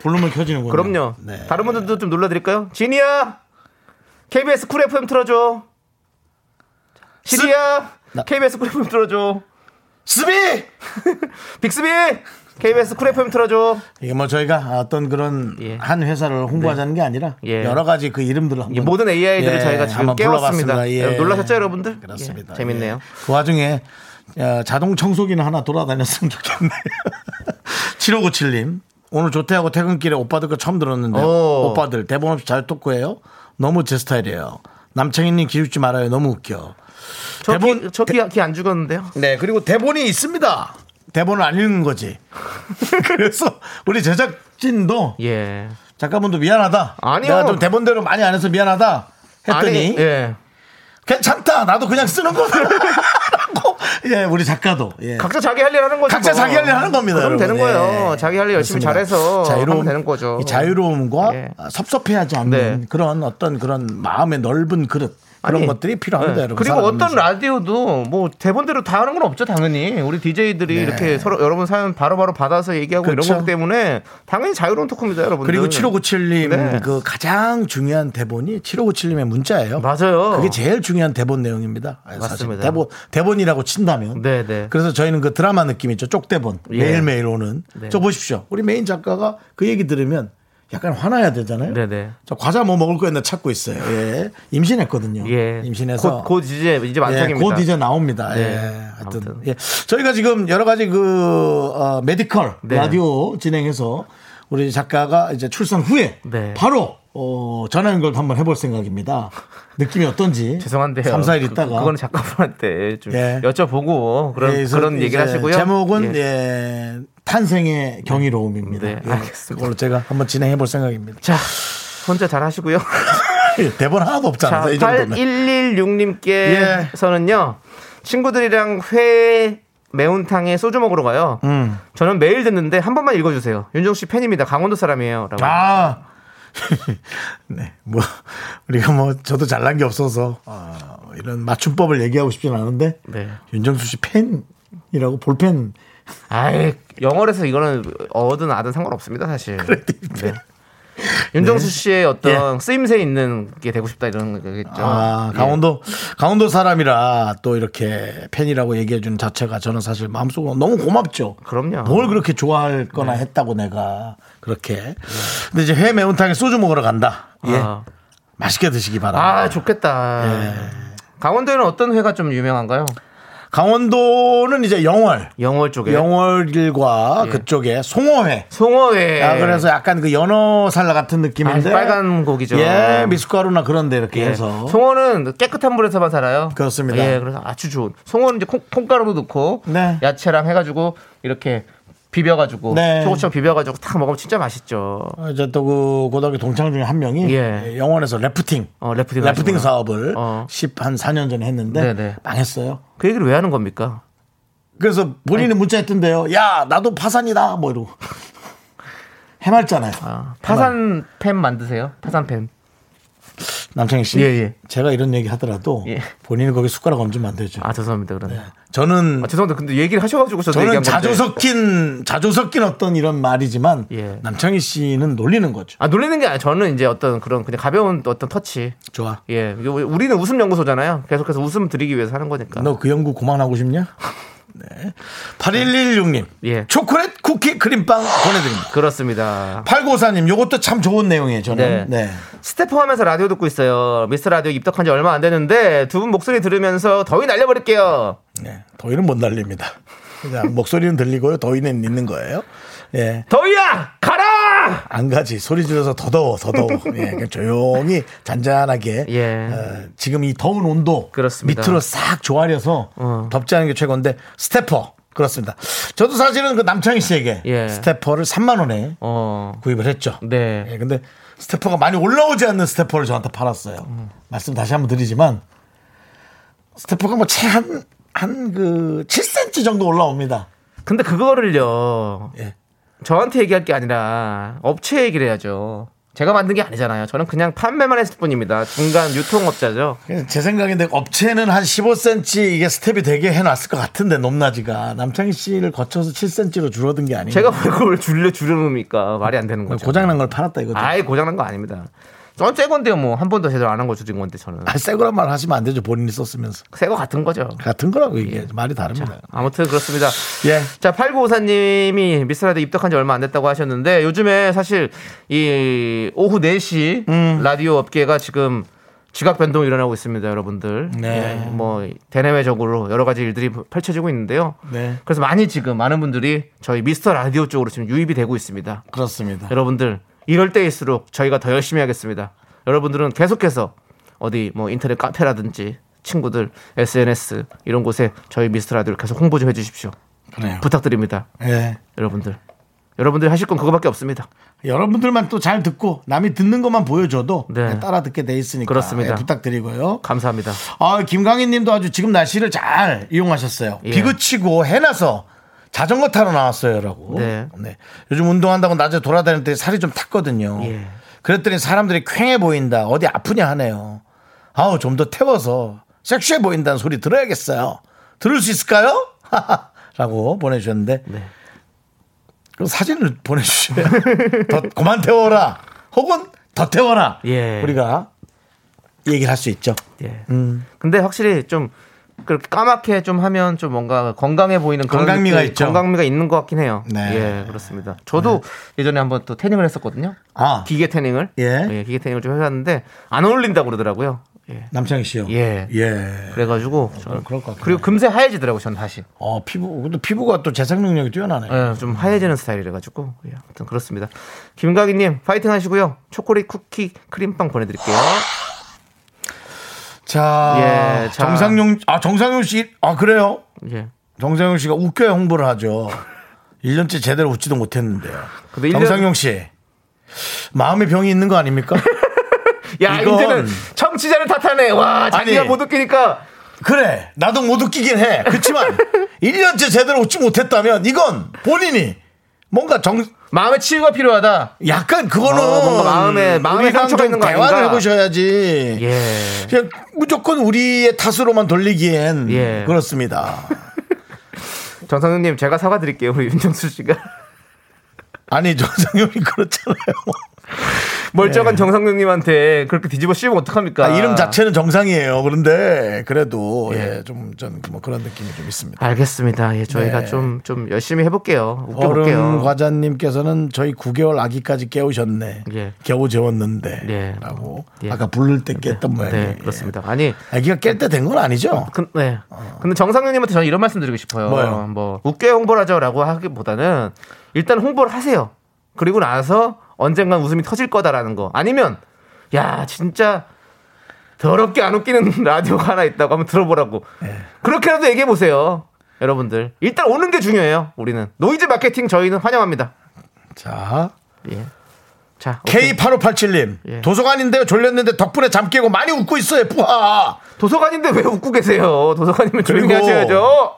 A: 볼륨을 켜지는군요.
B: 그럼요.
A: 네.
B: 다른 분들도 좀 놀라드릴까요? 지니야! KBS 쿨 FM 틀어줘! 시리야!
A: 나-
B: KBS 쿨 FM 틀어줘!
A: 수비
B: 빅스비! KBS 쿨 FM 틀어줘!
A: 이게 뭐 저희가 어떤 그런
B: 예.
A: 한 회사를 홍보하자는 게 아니라
B: 예.
A: 여러 가지 그 이름들을 한번
B: 이 모든 AI들을
A: 예,
B: 저희가 지금
A: 한번
B: 깨웠습니다.
A: 불러봤습니다. 예.
B: 여러분 놀라셨죠, 여러분들?
A: 그렇습니다.
B: 예, 재밌네요.
A: 예. 그 와중에 어, 자동 청소기는 하나 돌아다녔으면 좋겠네요. 7597님. 오늘 조퇴하고 퇴근길에 오빠들 거 처음 들었는데
B: 오.
A: 오빠들 대본 없이 잘 토크해요. 너무 제 스타일이에요. 남창희님 기죽지 말아요. 너무 웃겨.
B: 저
A: 대본-
B: 기- 저 기, 기안 죽었는데요.
A: 네, 그리고 대본이 있습니다. 대본을 안 읽는 거지. 그래서 우리 제작진도
B: 예.
A: 작가분도 미안하다.
B: 아니요.
A: 내가 좀 대본대로 많이 안 해서 미안하다. 했더니
B: 아니, 예.
A: 괜찮다. 나도 그냥 쓰는 거라고. 예, 우리 작가도. 예.
B: 각자 자기 할 일 하는 거죠.
A: 각자
B: 뭐.
A: 자기 할 일 하는 겁니다.
B: 그럼 되는
A: 여러분.
B: 거예요.
A: 예.
B: 자기 할 일 열심히
A: 그렇습니다.
B: 잘해서 하면 되는 거죠.
A: 이 자유로움과
B: 예.
A: 섭섭해하지 않는
B: 네.
A: 그런 어떤 그런 마음의 넓은 그릇. 그런
B: 아니,
A: 것들이 필요합니다,
B: 네.
A: 여러분.
B: 그리고
A: 살아가면서.
B: 어떤 라디오도 뭐 대본대로 다 하는 건 없죠, 당연히. 우리 DJ들이 이렇게 서로 여러분 사연 바로바로 받아서 얘기하고
A: 네. 그렇죠.
B: 이런 거기 때문에 당연히 자유로운 토크입니다, 여러분.
A: 그리고 7597님
B: 네.
A: 그 가장 중요한 대본이 7597님의 문자예요.
B: 맞아요.
A: 그게 제일 중요한 대본 내용입니다. 사실
B: 맞습니다.
A: 대본 대본이라고 친다면.
B: 네, 네.
A: 그래서 저희는 그 드라마 느낌 있죠. 쪽대본
B: 예.
A: 매일 매일 오는.
B: 네.
A: 저 보십시오. 우리 메인 작가가 그 얘기 들으면 약간 화나야 되잖아요.
B: 네, 네.
A: 저 과자 뭐 먹을 거 있나 찾고 있어요. 예. 임신했거든요.
B: 예.
A: 임신해서
B: 곧, 곧 이제 이제
A: 예,
B: 만삭입니다.
A: 곧 이제 나옵니다.
B: 네.
A: 예. 하여튼.
B: 아무튼.
A: 예. 저희가 지금 여러 가지 그, 어, 메디컬
B: 네.
A: 라디오 진행해서 우리 작가가 이제 출산 후에
B: 네.
A: 바로 어, 전화 연결도 한번 해볼 생각입니다. 느낌이 어떤지.
B: 죄송한데요.
A: 3, 4일
B: 그-
A: 있다가.
B: 그거는 작가분한테 좀
A: 예.
B: 여쭤보고 그런
A: 예, 그래서
B: 그런 얘기를
A: 이제
B: 하시고요.
A: 제목은 예.
B: 예.
A: 탄생의 경이로움입니다.
B: 네,
A: 예,
B: 알겠습니다.
A: 그걸로 제가 한번 진행해 볼 생각입니다.
B: 자, 혼자 잘 하시고요.
A: 예, 대본 하나도
B: 자,
A: 없잖아요. 이 정도면.
B: 8116님께서는요. 친구들이랑 회 매운탕에 소주 먹으러 가요.
A: 음.
B: 저는 매일 듣는데 한 번만 읽어주세요. 윤정 씨 팬입니다. 강원도 사람이에요. 라고.
A: 아. 네. 뭐 우리가 뭐 저도 잘난 게 없어서 아, 이런 맞춤법을 얘기하고 싶진 않은데
B: 네.
A: 윤정수 씨 팬이라고 볼펜
B: 아이, 영어에서 이거는 어든 아든 상관없습니다. 사실. 네. 윤정수
A: 네.
B: 씨의 어떤 쓰임새 있는 게 되고 싶다 이런 거겠죠.
A: 예. 아,
B: 예.
A: 강원도 강원도 사람이라 또 이렇게 팬이라고 얘기해 주는 자체가 저는 사실 마음속으로 너무 고맙죠.
B: 그럼요. 네.
A: 뭘 그렇게 좋아할 거나 했다고 내가 그렇게. 근데 이제 회 매운탕에 소주 먹으러 간다. 예.
B: 아.
A: 맛있게 드시기 바랍니다.
B: 아, 좋겠다.
A: 예.
B: 강원도에는 어떤 회가 좀 유명한가요?
A: 강원도는 이제 영월,
B: 영월 쪽에.
A: 영월길과
B: 네. 예.
A: 그쪽에 송어회
B: 송어회.
A: 아, 그래서 약간 그 연어살라 같은 느낌인데.
B: 예. 아, 빨간 고기죠.
A: 예, 미숫가루나 그런데 이렇게
B: 예.
A: 해서.
B: 송어는 깨끗한 물에서만 살아요.
A: 그렇습니다.
B: 예, 그래서 아주 좋은. 송어는 이제 콩, 콩가루도 넣고
A: 네.
B: 야채랑 해가지고 이렇게 비벼가지고
A: 네.
B: 초고추장 비벼가지고 탁 먹으면 진짜 맛있죠.
A: 어, 이제 또 그 고등학교 동창 중에 한 명이
B: 예.
A: 영원에서 래프팅,
B: 어, 래프팅
A: 래프팅
B: 하시구나.
A: 사업을
B: 어.
A: 10한 4년 전에 했는데
B: 네네.
A: 망했어요.
B: 그 얘기를 왜 하는 겁니까?
A: 그래서 본인이 문자했던데요. 야, 나도 파산이다. 뭐 이러고. 해맑잖아요.
B: 아, 파산 팸 만드세요? 파산 팸.
A: 남창희 씨.
B: 예, 예.
A: 제가 이런 얘기 하더라도
B: 예.
A: 본인이 거기 숟가락 얹으면 안 되죠.
B: 아 죄송합니다. 그러네.
A: 저는
B: 아 죄송한데 근데 얘기를 하셔가지고 저도
A: 저는
B: 얘기한 건데.
A: 자주 섞인 자주 섞인 어떤 이런 말이지만
B: 예.
A: 남창희 씨는 놀리는 거죠.
B: 아 놀리는 게 아니라 저는 이제 어떤 그런 그냥 가벼운 어떤 터치.
A: 좋아.
B: 예, 이거 우리는 웃음 연구소잖아요. 계속해서 웃음 드리기 위해서 하는 거니까.
A: 너 그 연구 그만하고 싶냐? 네. 8116님.
B: 예.
A: 초콜릿 쿠키 크림빵 보내드립니다.
B: 그렇습니다.
A: 8954님, 요것도 참 좋은 내용이에요, 저는. 네.
B: 네. 스태프 하면서 라디오 듣고 있어요. 미스 라디오 입덕한 지 얼마 안 됐는데 두 분 목소리 들으면서 더위 날려버릴게요.
A: 네. 더위는 못 날립니다. 그냥 목소리는 들리고요, 더위는 있는 거예요. 예.
B: 더위야 가라!
A: 안 가지. 소리 질러서 더 더워, 더 더워. 예. 그냥 조용히, 잔잔하게.
B: 예.
A: 어, 지금 이 더운 온도.
B: 그렇습니다.
A: 밑으로 싹 조아려서
B: 어.
A: 덥지 않은 게 최고인데, 스태퍼. 그렇습니다. 저도 사실은 그 남창희 씨에게
B: 예.
A: 스태퍼를 3만원에
B: 어,
A: 구입을 했죠.
B: 네.
A: 예, 근데 스태퍼가 많이 올라오지 않는 스태퍼를 저한테 팔았어요. 말씀 다시 한번 드리지만 스태퍼가 뭐 채한 한 그 7cm 정도 올라옵니다.
B: 근데 그거를요.
A: 예.
B: 저한테 얘기할 게 아니라 업체 얘기를 해야죠. 제가 만든 게 아니잖아요. 저는 그냥 판매만 했을 뿐입니다. 중간 유통업자죠.
A: 그래서 제 생각인데 업체는 한 15cm 이게 스텝이 되게 해놨을 것 같은데 높낮이가 남창희 씨를 거쳐서 7cm로 줄어든 게 아니에요.
B: 제가 왜 그걸 줄려 줄여놓습니까? 말이 안 되는
A: 아,
B: 거죠.
A: 고장난 걸 팔았다 이거죠.
B: 아예 고장난 거 아닙니다. 전새 건데요. 뭐 한 번도 제대로 안 한 거 줄인 건데 저는
A: 아, 새 거란 말 하시면 안 되죠. 본인이 썼으면서
B: 새 거 같은 거죠.
A: 같은 거라고 이게 말이 다릅니다.
B: 아무튼 그렇습니다.
A: 예.
B: 예. 자, 8954님이 미스라디 입덕한 지 얼마 안 됐다고 하셨는데 요즘에 사실 이 오후 4시
A: 음.
B: 라디오 업계가 지금 지각 변동이 일어나고 있습니다, 여러분들.
A: 네.
B: 예, 뭐 대내외적으로 여러 가지 일들이 펼쳐지고 있는데요.
A: 네.
B: 그래서 많이 지금 많은 분들이 저희 미스터 라디오 쪽으로 지금 유입이 되고 있습니다.
A: 그렇습니다.
B: 여러분들 이럴 때일수록 저희가 더 열심히 하겠습니다. 여러분들은 계속해서 어디 뭐 인터넷 카페라든지 친구들 SNS 이런 곳에 저희 미스터 라디오를 계속 홍보 좀 해주십시오.
A: 그래요.
B: 부탁드립니다.
A: 예.
B: 여러분들. 여러분들이 하실 건 그거밖에 없습니다.
A: 여러분들만 또 잘 듣고 남이 듣는 것만 보여줘도
B: 네.
A: 따라 듣게 돼 있으니까
B: 그렇습니다.
A: 예, 부탁드리고요.
B: 감사합니다.
A: 아, 김강희님도 아주 지금 날씨를 잘 이용하셨어요.
B: 예.
A: 비 그치고 해놔서 자전거 타러 나왔어요라고.
B: 네.
A: 요즘 운동한다고 낮에 돌아다닐 때 살이 좀 탔거든요.
B: 예.
A: 그랬더니 사람들이 퀭해 보인다. 어디 아프냐 하네요. 아우 좀 더 태워서 섹시해 보인다는 소리 들어야겠어요. 들을 수 있을까요? 라고 보내주셨는데
B: 네.
A: 그럼 사진을 보내주시면 더 그만 태워라 혹은 더 태워라
B: 예.
A: 우리가 얘기를 할 수 있죠.
B: 예.
A: 음.
B: 근데 확실히 좀 그렇게 까맣게 좀 하면 좀 뭔가 건강해 보이는 그런
A: 건강미가
B: 느낌,
A: 있죠.
B: 건강미가 있는 것 같긴 해요.
A: 네.
B: 예, 그렇습니다. 저도 예전에 한번 또 태닝을 했었거든요.
A: 아.
B: 기계 태닝을.
A: 예.
B: 기계 태닝을 좀 해봤는데 안 어울린다고 그러더라고요. 예.
A: 남창희 씨요.
B: 예.
A: 예.
B: 그래가지고 저는
A: 네. 그럴 것 같긴
B: 그리고 금세 하얘지더라고 저는 다시.
A: 어 피부 근데 피부가 또 재생 능력이 뛰어나네요.
B: 예, 좀 하얘지는 스타일이라가지고 예, 아무튼 그렇습니다. 김가기님 파이팅 하시고요. 초콜릿 쿠키 크림빵 보내드릴게요.
A: 자,
B: 예, 자.
A: 정상용 아 정상용 씨 아 그래요?
B: 예.
A: 정상용 씨가 웃겨야 홍보를 하죠. 1년째 제대로 웃지도 못했는데요.
B: 근데 일 년-
A: 정상용 씨 마음의 병이 있는 거 아닙니까?
B: 야
A: 이건-
B: 이제는 청취자를 탓하네. 와 자기가
A: 아니.
B: 못 웃기니까
A: 그래 나도 못 웃기긴 해. 그렇지만 1년째 제대로 웃지 못했다면 이건 본인이 뭔가 정
B: 마음의 치유가 필요하다.
A: 약간 그거는
B: 어, 뭔가 마음에- 마음에
A: 우리랑
B: 상처가
A: 좀
B: 있는 거
A: 대화를
B: 아닌가?
A: 해보셔야지.
B: 예.
A: 그냥 무조건 우리의 탓으로만 돌리기엔
B: 예.
A: 그렇습니다.
B: 정상훈님 제가 사과드릴게요. 우리 윤정수 씨가
A: 아니 정상용이 그렇잖아요.
B: 멀쩡한 정상훈님한테 그렇게 뒤집어 씌우면 어떡합니까?
A: 아, 이름 자체는 정상이에요. 그런데 그래도
B: 예.
A: 예좀전뭐 그런 느낌이 좀 있습니다.
B: 알겠습니다. 예, 저희가
A: 네.
B: 좀 좀 열심히 해볼게요.
A: 얼음
B: 웃겨볼게요.
A: 과자님께서는 저희 9개월 아기까지 깨우셨네.
B: 예.
A: 겨우 재웠는데.
B: 예.
A: 라고
B: 예.
A: 아까 부를 때 깼던 모양이에요.
B: 네, 그렇습니다. 아니,
A: 예. 아기가 깰 때 된 건 아니죠?
B: 근, 네. 근데 정상윤님한테 저는 이런 말씀 드리고 싶어요.
A: 뭐요?
B: 뭐 웃겨 홍보하죠라고 하기보다는 일단 홍보를 하세요. 그리고 나서 언젠간 웃음이 터질 거다라는 거. 아니면 야 진짜 더럽게 안 웃기는 라디오가 하나 있다고 한번 들어보라고.
A: 네.
B: 그렇게라도 얘기해 보세요. 여러분들 일단 오는 게 중요해요. 우리는 노이즈 마케팅 저희는 환영합니다.
A: 자.
B: 예. 자 어떤-
A: K8587님.
B: 예.
A: 도서관인데요. 졸렸는데 덕분에 잠 깨고 많이 웃고 있어요. 뿌하.
B: 도서관인데 왜 웃고 계세요? 도서관이면 조용히
A: 그리고- 음.
B: 하셔야죠.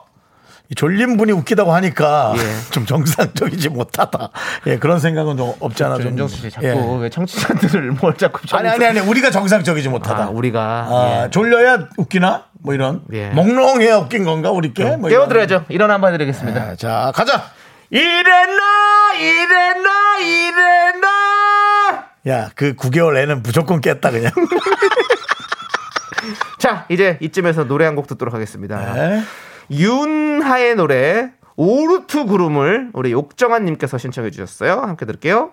A: 이 졸린 분이 웃기다고 하니까
B: 예.
A: 좀 정상적이지 못하다. 예, 그런 생각은 좀 없지 않아. 좀.
B: 윤정수 그 씨 자꾸
A: 예.
B: 왜 청취자들을 뭘 자꾸
A: 아니 아니 아니 우리가 정상적이지 못하다.
B: 아, 우리가
A: 아,
B: 예.
A: 졸려야 웃기나? 뭐 이런.
B: 예.
A: 몽롱해야 웃긴 건가, 우리께? 뭐 이런.
B: 깨워드려야죠. 일어나 한번 해드리겠습니다.
A: 네, 자, 가자!
B: 아, 일어나, 일어나, 일어나.
A: 야, 그 9개월 애는 무조건 깼다, 그냥.
B: 자, 이제 이쯤에서 노래 한 곡 듣도록 하겠습니다.
A: 네.
B: 윤하의 노래 오르투 구름을 우리 욕정아님께서 신청해 주셨어요. 함께 들을게요.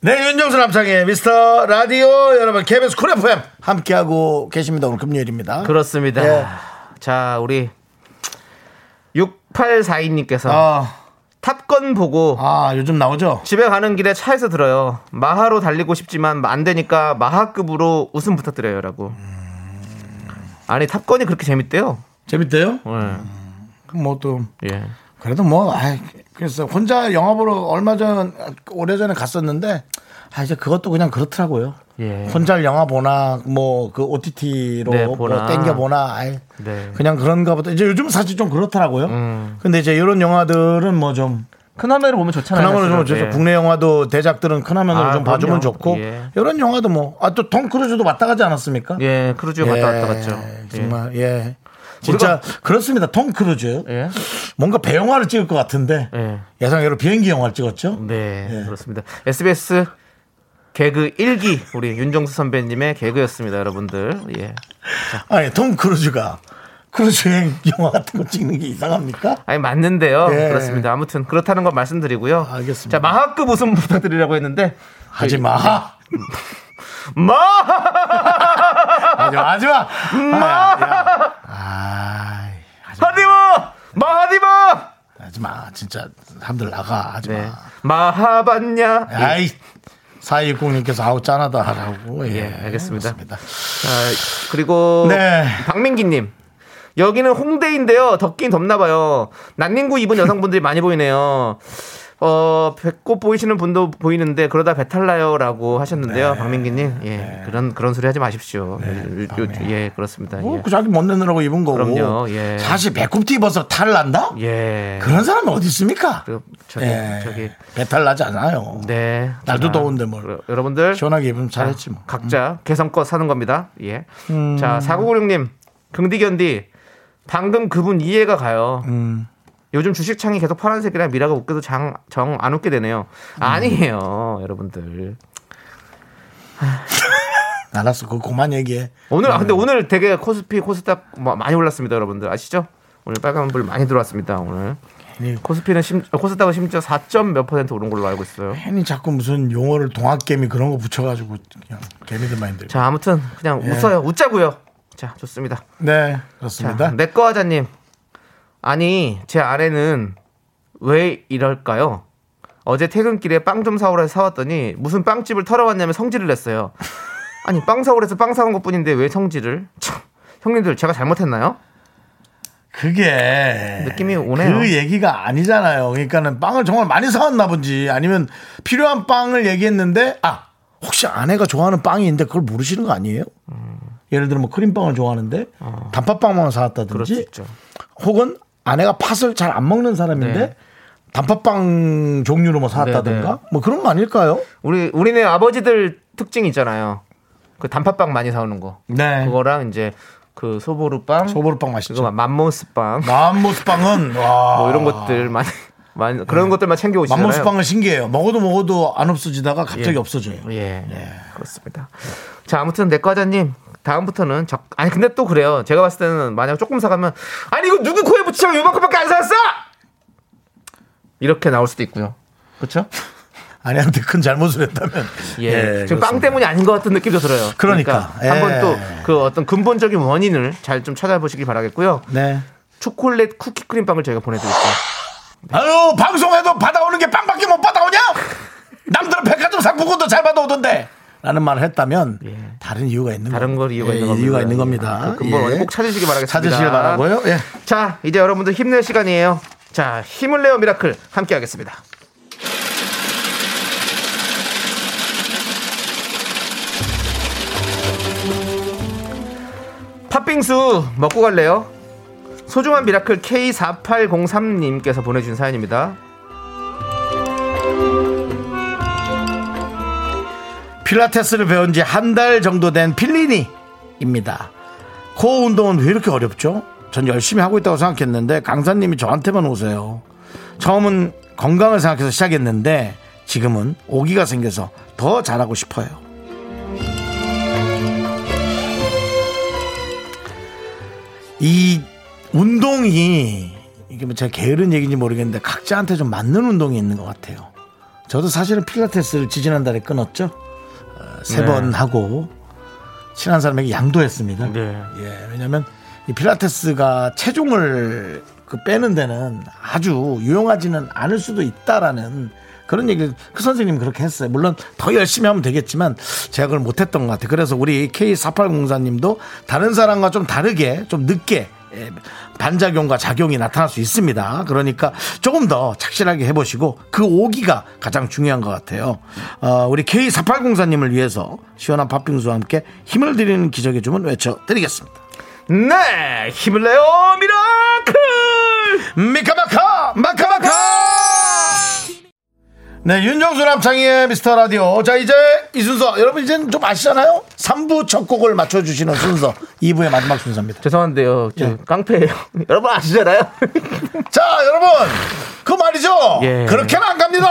A: 네, 윤정수 남창의 미스터 라디오 여러분, KBS 쿨 FM 함께하고 계십니다. 오늘 금요일입니다.
B: 그렇습니다.
A: 예.
B: 자, 우리 6842님께서
A: 아,
B: 탑건 보고
A: 아, 요즘 나오죠?
B: 집에 가는 길에 차에서 들어요. 마하로 달리고 싶지만 안 되니까 마하급으로 웃음 부탁드려요라고. 음. 아니 탑건이 그렇게 재밌대요.
A: 재밌대요?
B: 예.
A: 그럼 뭐 또,
B: 예.
A: 그래도 뭐, 아 그래서 혼자 영화 보러 얼마 전, 오래전에 갔었는데, 아, 이제 그것도 그냥 그렇더라고요.
B: 예.
A: 혼자 영화 보나, 뭐, 그 OTT로
B: 네,
A: 뭐
B: 보나.
A: 땡겨보나, 아이,
B: 네. 음.
A: 그냥 그런가 보다. 이제 요즘 사실 좀 그렇더라고요. 근데 이제 이런 영화들은 뭐 좀,
B: 큰 화면을 보면 좋잖아요.
A: 큰화면으로 좀
B: 사실은.
A: 어쩌죠.
B: 예.
A: 국내 영화도 대작들은 큰화면으로
B: 아,
A: 좀 봐주면
B: 그럼요.
A: 좋고,
B: 예.
A: 이런 영화도 뭐, 아, 또 톰 크루즈도 왔다 가지 않았습니까?
B: 예, 크루즈 갔다 왔다 갔죠. 예.
A: 아. 정말, 예. 진짜 그렇습니다. 톰 크루즈.
B: 예.
A: 뭔가 배영화를 찍을 것 같은데
B: 예.
A: 예상외로 비행기 영화를 찍었죠. 예.
B: 네, 그렇습니다. SBS 개그 1기 우리 윤정수 선배님의 개그였습니다, 여러분들. 예.
A: 아니 톰 크루즈가 크루즈 여행 영화 같은 거 찍는 게 이상합니까?
B: 아니 맞는데요.
A: 예. 아,
B: 그렇습니다. 아무튼 그렇다는 건 말씀드리고요.
A: 알겠습니다.
B: 자, 마하급 웃음 부탁드리라고 했는데
A: 하지 마.
B: 네. 마하!
A: 하지 마. 아, 하지 마.
B: 음, 아. 하디마! 마하디마!
A: 하지 마. 진짜 사람들 나가. 하지
B: 네.
A: 마.
B: 마하봤냐?
A: 아이 사이공님께서 아우 짠하다라고. 예,
B: 예, 알겠습니다.
A: 그렇습니다.
B: 아, 그리고
A: 네.
B: 박민기님. 여기는 홍대인데요. 덥긴 덥나봐요. 난닝구 입은 여성분들이 많이 보이네요. 어, 배꼽 보이시는 분도 보이는데 그러다 배탈 나요라고 하셨는데요.
A: 네.
B: 박민기 님. 예. 그런 그런 소리 하지 마십시오. 요- 요- 요- 예, 그렇습니다.
A: 뭐,
B: 예.
A: 그 자기 못 내느라고 입은 거고.
B: 그럼요, 예.
A: 사실 배꼽티 입어서 탈 난다?
B: 예.
A: 그런 사람이 어디 있습니까?
B: 그 저기
A: 예.
B: 저기
A: 배탈 나지 않아요.
B: 네.
A: 날도
B: 자,
A: 더운데 뭘.
B: 그러- 여러분들
A: 시원하게 입으면 잘했지 뭐. 음.
B: 각자 개성껏 사는 겁니다. 예. 자, 4996님. 긍디견디. 방금 그분 이해가 가요.
A: 음.
B: 요즘 주식창이 계속 파란색이라 미라가 웃겨도 장, 정 안 웃게 되네요.
A: 음.
B: 아니에요, 여러분들.
A: 알았어. 그거 그만 얘기해.
B: 오늘, 아, 근데
A: 네.
B: 오늘 되게 코스피, 코스닥 뭐 많이 올랐습니다, 여러분들. 아시죠? 오늘 빨간불 많이 들어왔습니다, 오늘.
A: 네.
B: 코스피는 심, 어, 코스닥은 심지어 4점 몇 퍼센트 오른 걸로 알고 있어요.
A: 괜히 자꾸 무슨 용어를 동학개미 그런 거 붙여가지고 그냥 개미들만 힘들고.
B: 자, 아무튼 그냥 웃어요. 웃자고요. 자, 좋습니다.
A: 네, 그렇습니다.
B: 내꺼 하자님. 아니, 제 아내는 왜 이럴까요? 어제 퇴근길에 빵 좀 사오라 해서 사왔더니 무슨 빵집을 털어왔냐면 성질을 냈어요. 아니, 빵 사오라서 빵 사온 것 뿐인데 왜 성질을? 참, 형님들 제가 잘못했나요?
A: 그게
B: 느낌이 오네요.
A: 그 얘기가 아니잖아요. 그러니까는 빵을 정말 많이 사왔나 본지 아니면 필요한 빵을 얘기했는데 아 혹시 아내가 좋아하는 빵이 있는데 그걸 모르시는 거 아니에요?
B: 음.
A: 예를 들어 뭐 크림빵을 좋아하는데 단팥빵만
B: 어. 그럴 수
A: 사왔다든지
B: 있죠.
A: 혹은 아내가 팥을 잘 안 먹는 사람인데
B: 네.
A: 단팥빵 종류로 뭐 사왔다든가
B: 네,
A: 뭐 그런 거 아닐까요?
B: 우리 우리네 아버지들 특징 있잖아요. 그 단팥빵 많이 사오는 거.
A: 네.
B: 그거랑 이제 그 소보루빵,
A: 소보루빵
B: 그거
A: 맛있죠.
B: 맘모스빵
A: 만모스빵은 와
B: 뭐 이런 것들 많이 많이 그런
A: 네.
B: 것들만 챙겨 오시잖아요.
A: 만모스빵은 신기해요. 먹어도 먹어도 안 없어지다가 갑자기 없어져요.
B: 예, 그렇습니다. 자, 아무튼 내과자님 다음부터는 적 아니 근데 또 그래요. 제가 봤을 때는 만약 조금 사가면 아니 이거 누구 코에 붙이자고 요만큼밖에 안 사왔어? 이렇게 나올 수도 있고요. 그렇죠?
A: 아내한테 큰 잘못을 했다면
B: 예.
A: 예,
B: 지금 빵
A: 그렇습니다.
B: 때문이 아닌 것 같은 느낌도 들어요.
A: 그러니까. 예.
B: 한번 또 그 어떤 근본적인 원인을 잘 좀 찾아보시기 바라겠고요.
A: 네.
B: 초콜릿 쿠키 크림빵을 저희가 보내드릴게요.
A: 아유 방송에도 받아오는 게 빵밖에 못 받아오냐? 남들은 백화점 상품권도 잘 받아오던데. 라는 말을 했다면
B: 예.
A: 다른 이유가 있는
B: 다른
A: 거-
B: 걸 이유가
A: 예,
B: 있는 겁니다.
A: 이유가 있는 겁니다. 예.
B: 그 근본 원인 꼭 찾으시기 바라겠습니다.
A: 찾으시길 바라고요. 예.
B: 자, 이제 여러분들 힘낼 시간이에요. 자, 힘을 내어 미라클 함께 하겠습니다. 팥빙수 먹고 갈래요? 소중한 미라클 K4803님께서 보내준 사연입니다.
A: 필라테스를 배운 지 한 달 정도 된 필리니입니다. 코어 운동은 왜 이렇게 어렵죠? 전 열심히 하고 있다고 생각했는데 강사님이 저한테만 오세요. 처음은 건강을 생각해서 시작했는데 지금은 오기가 생겨서 더 잘하고 싶어요. 이 운동이 이게 뭐 제가 게으른 얘기인지 모르겠는데 각자한테 좀 맞는 운동이 있는 것 같아요. 저도 사실은 필라테스를 지지난달에 끊었죠. 어, 세 번 하고 친한 사람에게 양도했습니다.
B: 네.
A: 예, 왜냐하면 이 필라테스가 체중을 그 빼는 데는 아주 유용하지는 않을 수도 있다라는 그런 얘기를 그 선생님이 그렇게 했어요. 물론 더 열심히 하면 되겠지만 제가 그걸 못했던 것 같아요. 그래서 우리 K4804님도 다른 사람과 좀 다르게 좀 늦게 예, 반작용과 작용이 나타날 수 있습니다. 그러니까 조금 더 착실하게 해보시고 그 오기가 가장 중요한 것 같아요. 어, 우리 K4804님을 위해서 시원한 팥빙수와 함께 힘을 드리는 기적의 주문 외쳐드리겠습니다.
B: 네! 힘을 내요 미라클!
A: 미카마카 마카마카 네 윤정수 남창희의 미스터 라디오 자 이제 이 순서 여러분 이제 좀 아시잖아요 3부 첫 곡을 맞춰주시는 순서 2부의 마지막 순서입니다
B: 죄송한데요. 저 깡패예요. 여러분 아시잖아요.
A: 자 여러분 그 말이죠
B: 예.
A: 그렇게는 안 갑니다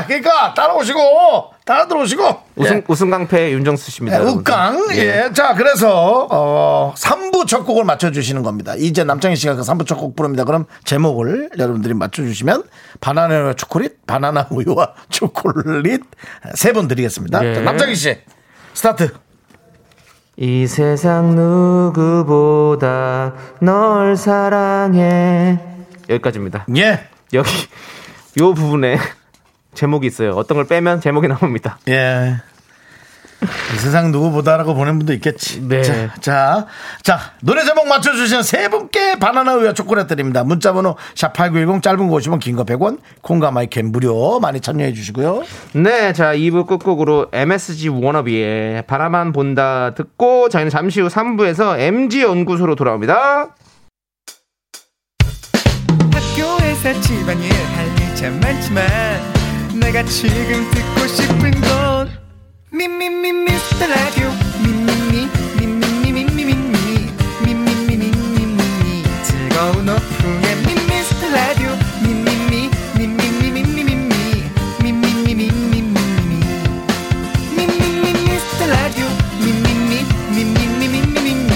A: 예 그러니까 따라오시고 따라 들어오시고
B: 우승 우승 깡패 윤정수 씨입니다. 여러분들.
A: 우깡 예. 자 그래서 어 3부 첫 곡을 맞춰주시는 겁니다 이제 남창희 씨가 그 3부 첫 곡 부릅니다 그럼 제목을 여러분들이 맞춰주시면 바나나와 초콜릿 바나나 우유와 초콜릿 세 분 드리겠습니다
B: 예.
A: 자, 남창희 씨 스타트
B: 이 세상 누구보다 널 사랑해 여기까지입니다.
A: 예
B: 여기 요 부분에 제목이 있어요. 어떤 걸 빼면 제목이 나옵니다.
A: 예. 이 세상 누구보다라고 보낸 분도 있겠지.
B: 네.
A: 자, 자, 자, 노래 제목 맞춰주신 세 분께 바나나 우유와 초콜릿 드립니다. 문자번호 샵8910 짧은 거 50원, 긴 거 100원, 콩과 마이캔 무료 많이 참여해 주시고요.
B: 네, 자 2부 끝곡으로 MSG 워너비의 바라만 본다 듣고 저희는 잠시 후 3부에서 MG 연구소로 돌아옵니다.
F: 학교에서 집안일 할 일 참 많지만 내가 지금 듣고 싶은 건 미미미 미스터 라디오 미미미 미미미 미미미 미미미 미미미 즐거운 오후에 미스터 라디오 미미미 미미미 미미미 미미미 미미미 미미미 미스터 라디오 미미미 미미미 미미미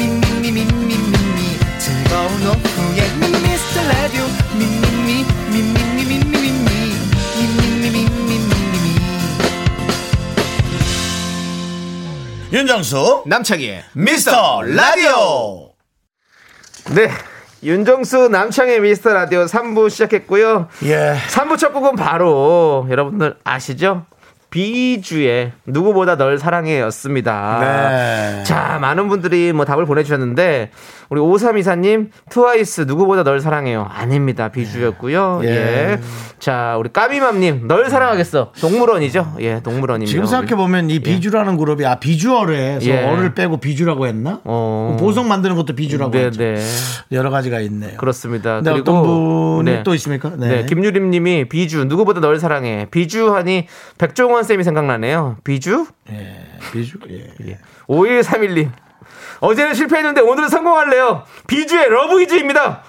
F: 미미미 미미미 즐거운 오후에 미스터 라디오 미미미 미미미 미미미 미미미 미미미
A: 윤정수,
D: 남창희의
A: 미스터 라디오.
B: 네, 윤정수 남창의 미스터 라디오 3부 시작했고요.
A: 예.
B: 3부 첫 곡은 바로 여러분들 아시죠? 비주의 누구보다 널 사랑해였습니다.
A: 네.
B: 아, 자, 많은 분들이 뭐 답을 보내주셨는데, 우리 5324님, 트와이스 누구보다 널 사랑해요. 아닙니다. 비주였고요.
A: 예.
B: 예. 자, 우리 까미맘님, 널 사랑하겠어. 동물원이죠? 예, 동물원입니다.
A: 지금 생각해 보면 이 비주라는 그룹이 아 비주얼에서
B: 예.
A: 어를 빼고 비주라고 했나? 그
B: 어.
A: 보석 만드는 것도 비주라고
B: 네,
A: 했죠.
B: 네.
A: 여러 가지가 있네요.
B: 그렇습니다.
A: 그렇죠. 근데
B: 그리고
A: 어떤 분이
B: 네.
A: 또 있습니까?
B: 네. 김유림 님이 비주 누구보다 널 사랑해. 비주 하니 백종원 쌤이 생각나네요. 비주?
A: 비주. 예.
B: 5131 님. 어제는 실패했는데 오늘은 성공할래요. 비주의 러브 이즈입니다.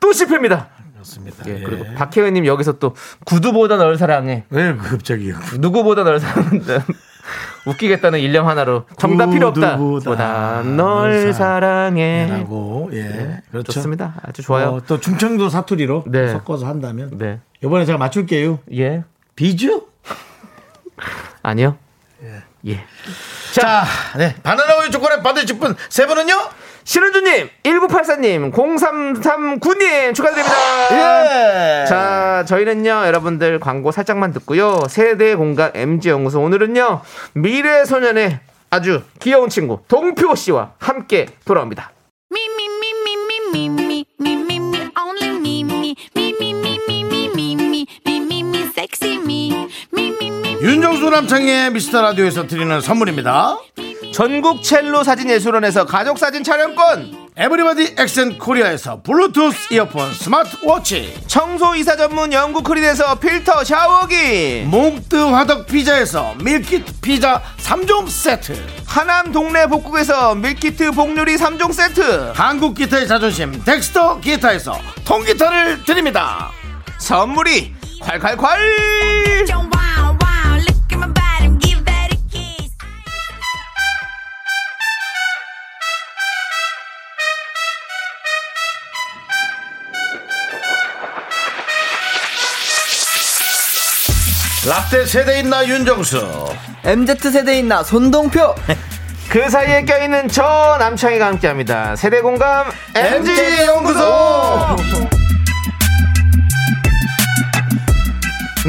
B: 또 실패입니다.
A: 그렇습니다.
B: 예,
A: 네. 예.
B: 그리고 박혜은 님 여기서 또 구두보다 널 사랑해.
A: 왜 갑자기
B: 누구보다 널 사랑한다. 웃기겠다는 일념 하나로 정답 필요 없다.
A: 구두보다
B: 보다
A: 널
B: 널 사랑해.
A: 라고 예. 그렇죠.
B: 네. 좋습니다. 아주 좋아요.
A: 어, 또 충청도 사투리로
B: 네.
A: 섞어서 한다면
B: 네.
A: 이번에 제가 맞출게요.
B: 예.
A: 비주?
B: 아니요. 예.
A: 자, 네. 바나나 우유 초콜릿 받으실 분 세 분은요?
B: 신은주님, 1984님, 0339님 축하드립니다.
A: 예.
B: 자, 저희는요, 여러분들 광고 살짝만 듣고요. 세대 공간 MG연구소 오늘은요, 미래 소년의 아주 귀여운 친구, 동표 씨와 함께 돌아옵니다.
G: Me me me me me me me me me me only me me me me me me me me me me me me sexy me me me me
A: 윤정수 남창의 미스터 라디오에서 드리는 선물입니다.
B: 전국 첼로 사진 예술원에서 가족 사진 촬영권,
A: 에브리바디 엑센 코리아에서 블루투스 이어폰 스마트워치
B: 청소 이사 전문 영국 크린에서 필터 샤워기,
A: 몽뜨 화덕 피자에서 밀키트 피자 3종 세트
B: 하남 동네 복국에서 밀키트 복요리 3종 세트,
A: 한국 기타의 자존심 덱스터 기타에서 통기타를 드립니다
B: 선물이 콸콸콸!
G: don't wow wow look at my body give that a kiss
A: 라떼 세대인 나 윤정수
F: MZ세대인 나 손동표
B: 그 사이에 껴있는 저 남창희가 함께합니다. 세대 공감 MG 연구소.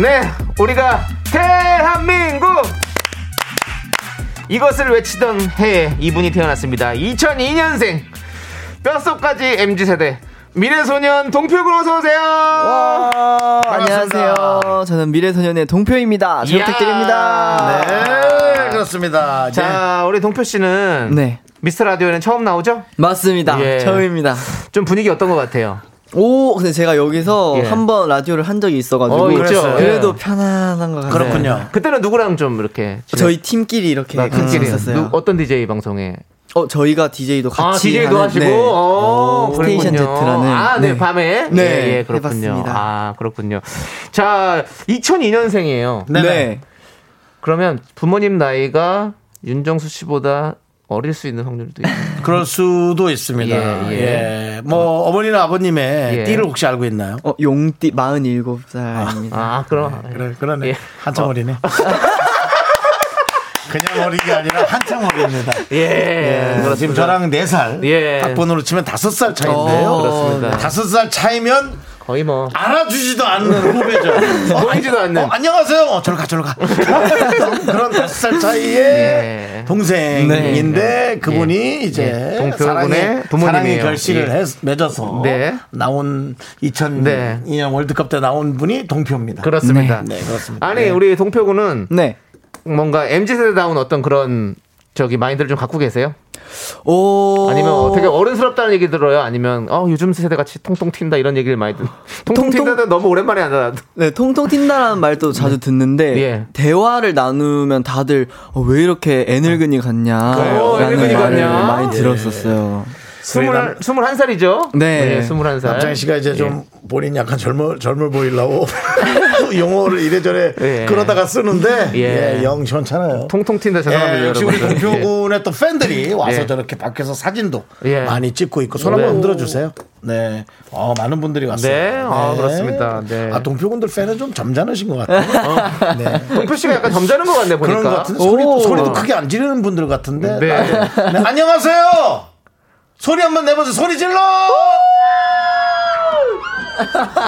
B: 네, 우리가 대한민국 이것을 외치던 해에 이분이 태어났습니다. 2002년생 뼛속까지 MG 세대 미래소년 동표군 어서 오세요.
F: 안녕하세요 저는 미래소년의 동표입니다 잘
B: 이야.
F: 부탁드립니다
A: 네 그렇습니다
B: 자, 우리 동표 씨는
F: 네.
B: 미스터 라디오에는 처음 나오죠?
F: 맞습니다
B: 예.
F: 처음입니다
B: 좀 분위기 어떤 것 같아요?
F: 오 근데 제가 여기서
B: 예.
F: 한 번 라디오를 한 적이 있어가지고
B: 어, 있죠.
F: 그래도
B: 예.
F: 편안한 것 같아요 네.
A: 그렇군요.
B: 네. 그때는 누구랑 좀 이렇게 지냈-
F: 저희 팀끼리 이렇게
B: 나
F: 같이
B: 아, 팀끼리
F: 있었어요
B: 누- 어떤 DJ 방송에
F: 어 저희가 DJ도 같이
B: 아 DJ도
F: 하는,
B: 하시고
F: 네.
B: 어,
F: 스테이션
B: 그렇군요.
F: Z라는
B: 아네
F: 네.
B: 밤에
F: 네,
B: 예, 예, 그렇군요
F: 해봤습니다.
B: 아 그렇군요 자 2002년생이에요
F: 네.
B: 그러면 부모님 나이가 윤정수 씨보다 어릴 수 있는 확률도 있어요
A: 그럴 수도 있습니다
B: 예,
A: 예,
B: 예.
A: 뭐 어머니나 아버님의
B: 예.
A: 띠를 혹시 알고 있나요?
F: 어, 용띠 47살입니다.
B: 아 그럼
A: 그래, 그러네
B: 예.
A: 한참 어. 어리네 그냥 어린 게 아니라 한참 어립니다
F: 네.
B: 예,
A: 예, 지금 저랑 4살
B: 예.
A: 학번으로 치면 5살 차인데요
B: 어, 그렇습니다.
A: 다섯 살 차이면
B: 거의 뭐
A: 알아주지도 않는 후배죠. 어,
B: 보이지도 않는.
A: 어, 안녕하세요. 어, 저로 가, 저로 가. 그런 다섯 살 차이의
B: 네.
A: 동생인데 그분이 이제
B: 네. 동표군의
A: 사랑의,
B: 부모님이에요.
A: 사랑의 결실을
B: 예.
A: 해- 맺어서
B: 네.
A: 나온 2002년
B: 네.
A: 월드컵 때 나온 분이 동표입니다.
B: 그렇습니다.
A: 네, 그렇습니다.
B: 아니 우리 동표군은
F: 네.
B: 뭔가 mz 세대다운 어떤 그런 저기 마인드를 좀 갖고 계세요?
F: 오.
B: 아니면 어, 되게 어른스럽다는 얘기 들어요? 아니면 어 요즘 세대 같이 통통 튄다 이런 얘기를 많이 들. 통통
F: 통통?
B: 튄다는 너무 오랜만에 한다.
F: 네, 통통 튄다라는 말도 자주 듣는데
B: 예.
F: 대화를 나누면 다들 어, 왜 이렇게 애늙은이
B: 어, 애늙은이
F: 같냐라는 말을
B: 같냐?
F: 많이
B: 예.
F: 들었었어요.
B: 스물 스물한 살이죠?
F: 네.
B: 스물한 살.
A: 남창희 씨가 이제 좀 본인 약간 젊어 젊어 보이려고 용어를 이래저래
B: 예.
A: 그러다가 쓰는데
B: 예.
A: 예, 영 시원찮아요.
B: 통통 튄다 죄송합니다.
A: 예, 역시 우리
B: 여러분.
A: 동표군의 또 팬들이 와서
B: 예.
A: 저렇게 밖에서 사진도
B: 예.
A: 많이 찍고 있고 손 한번
B: 네.
A: 흔들어 주세요. 네, 어, 많은 분들이 왔어요.
B: 네, 아, 그렇습니다. 네.
A: 아 동표군들 팬은 좀 점잖으신 것 같아요. 네.
B: 예. 동표 씨가 약간 점잖은 것 같네 보니까.
A: 그런 것 같은데 소리,
F: 오.
A: 소리도 크게 안 지르는 분들 같은데
B: 네.
A: 나도- 네, 안녕하세요 소리 한번 내보세요 소리 질러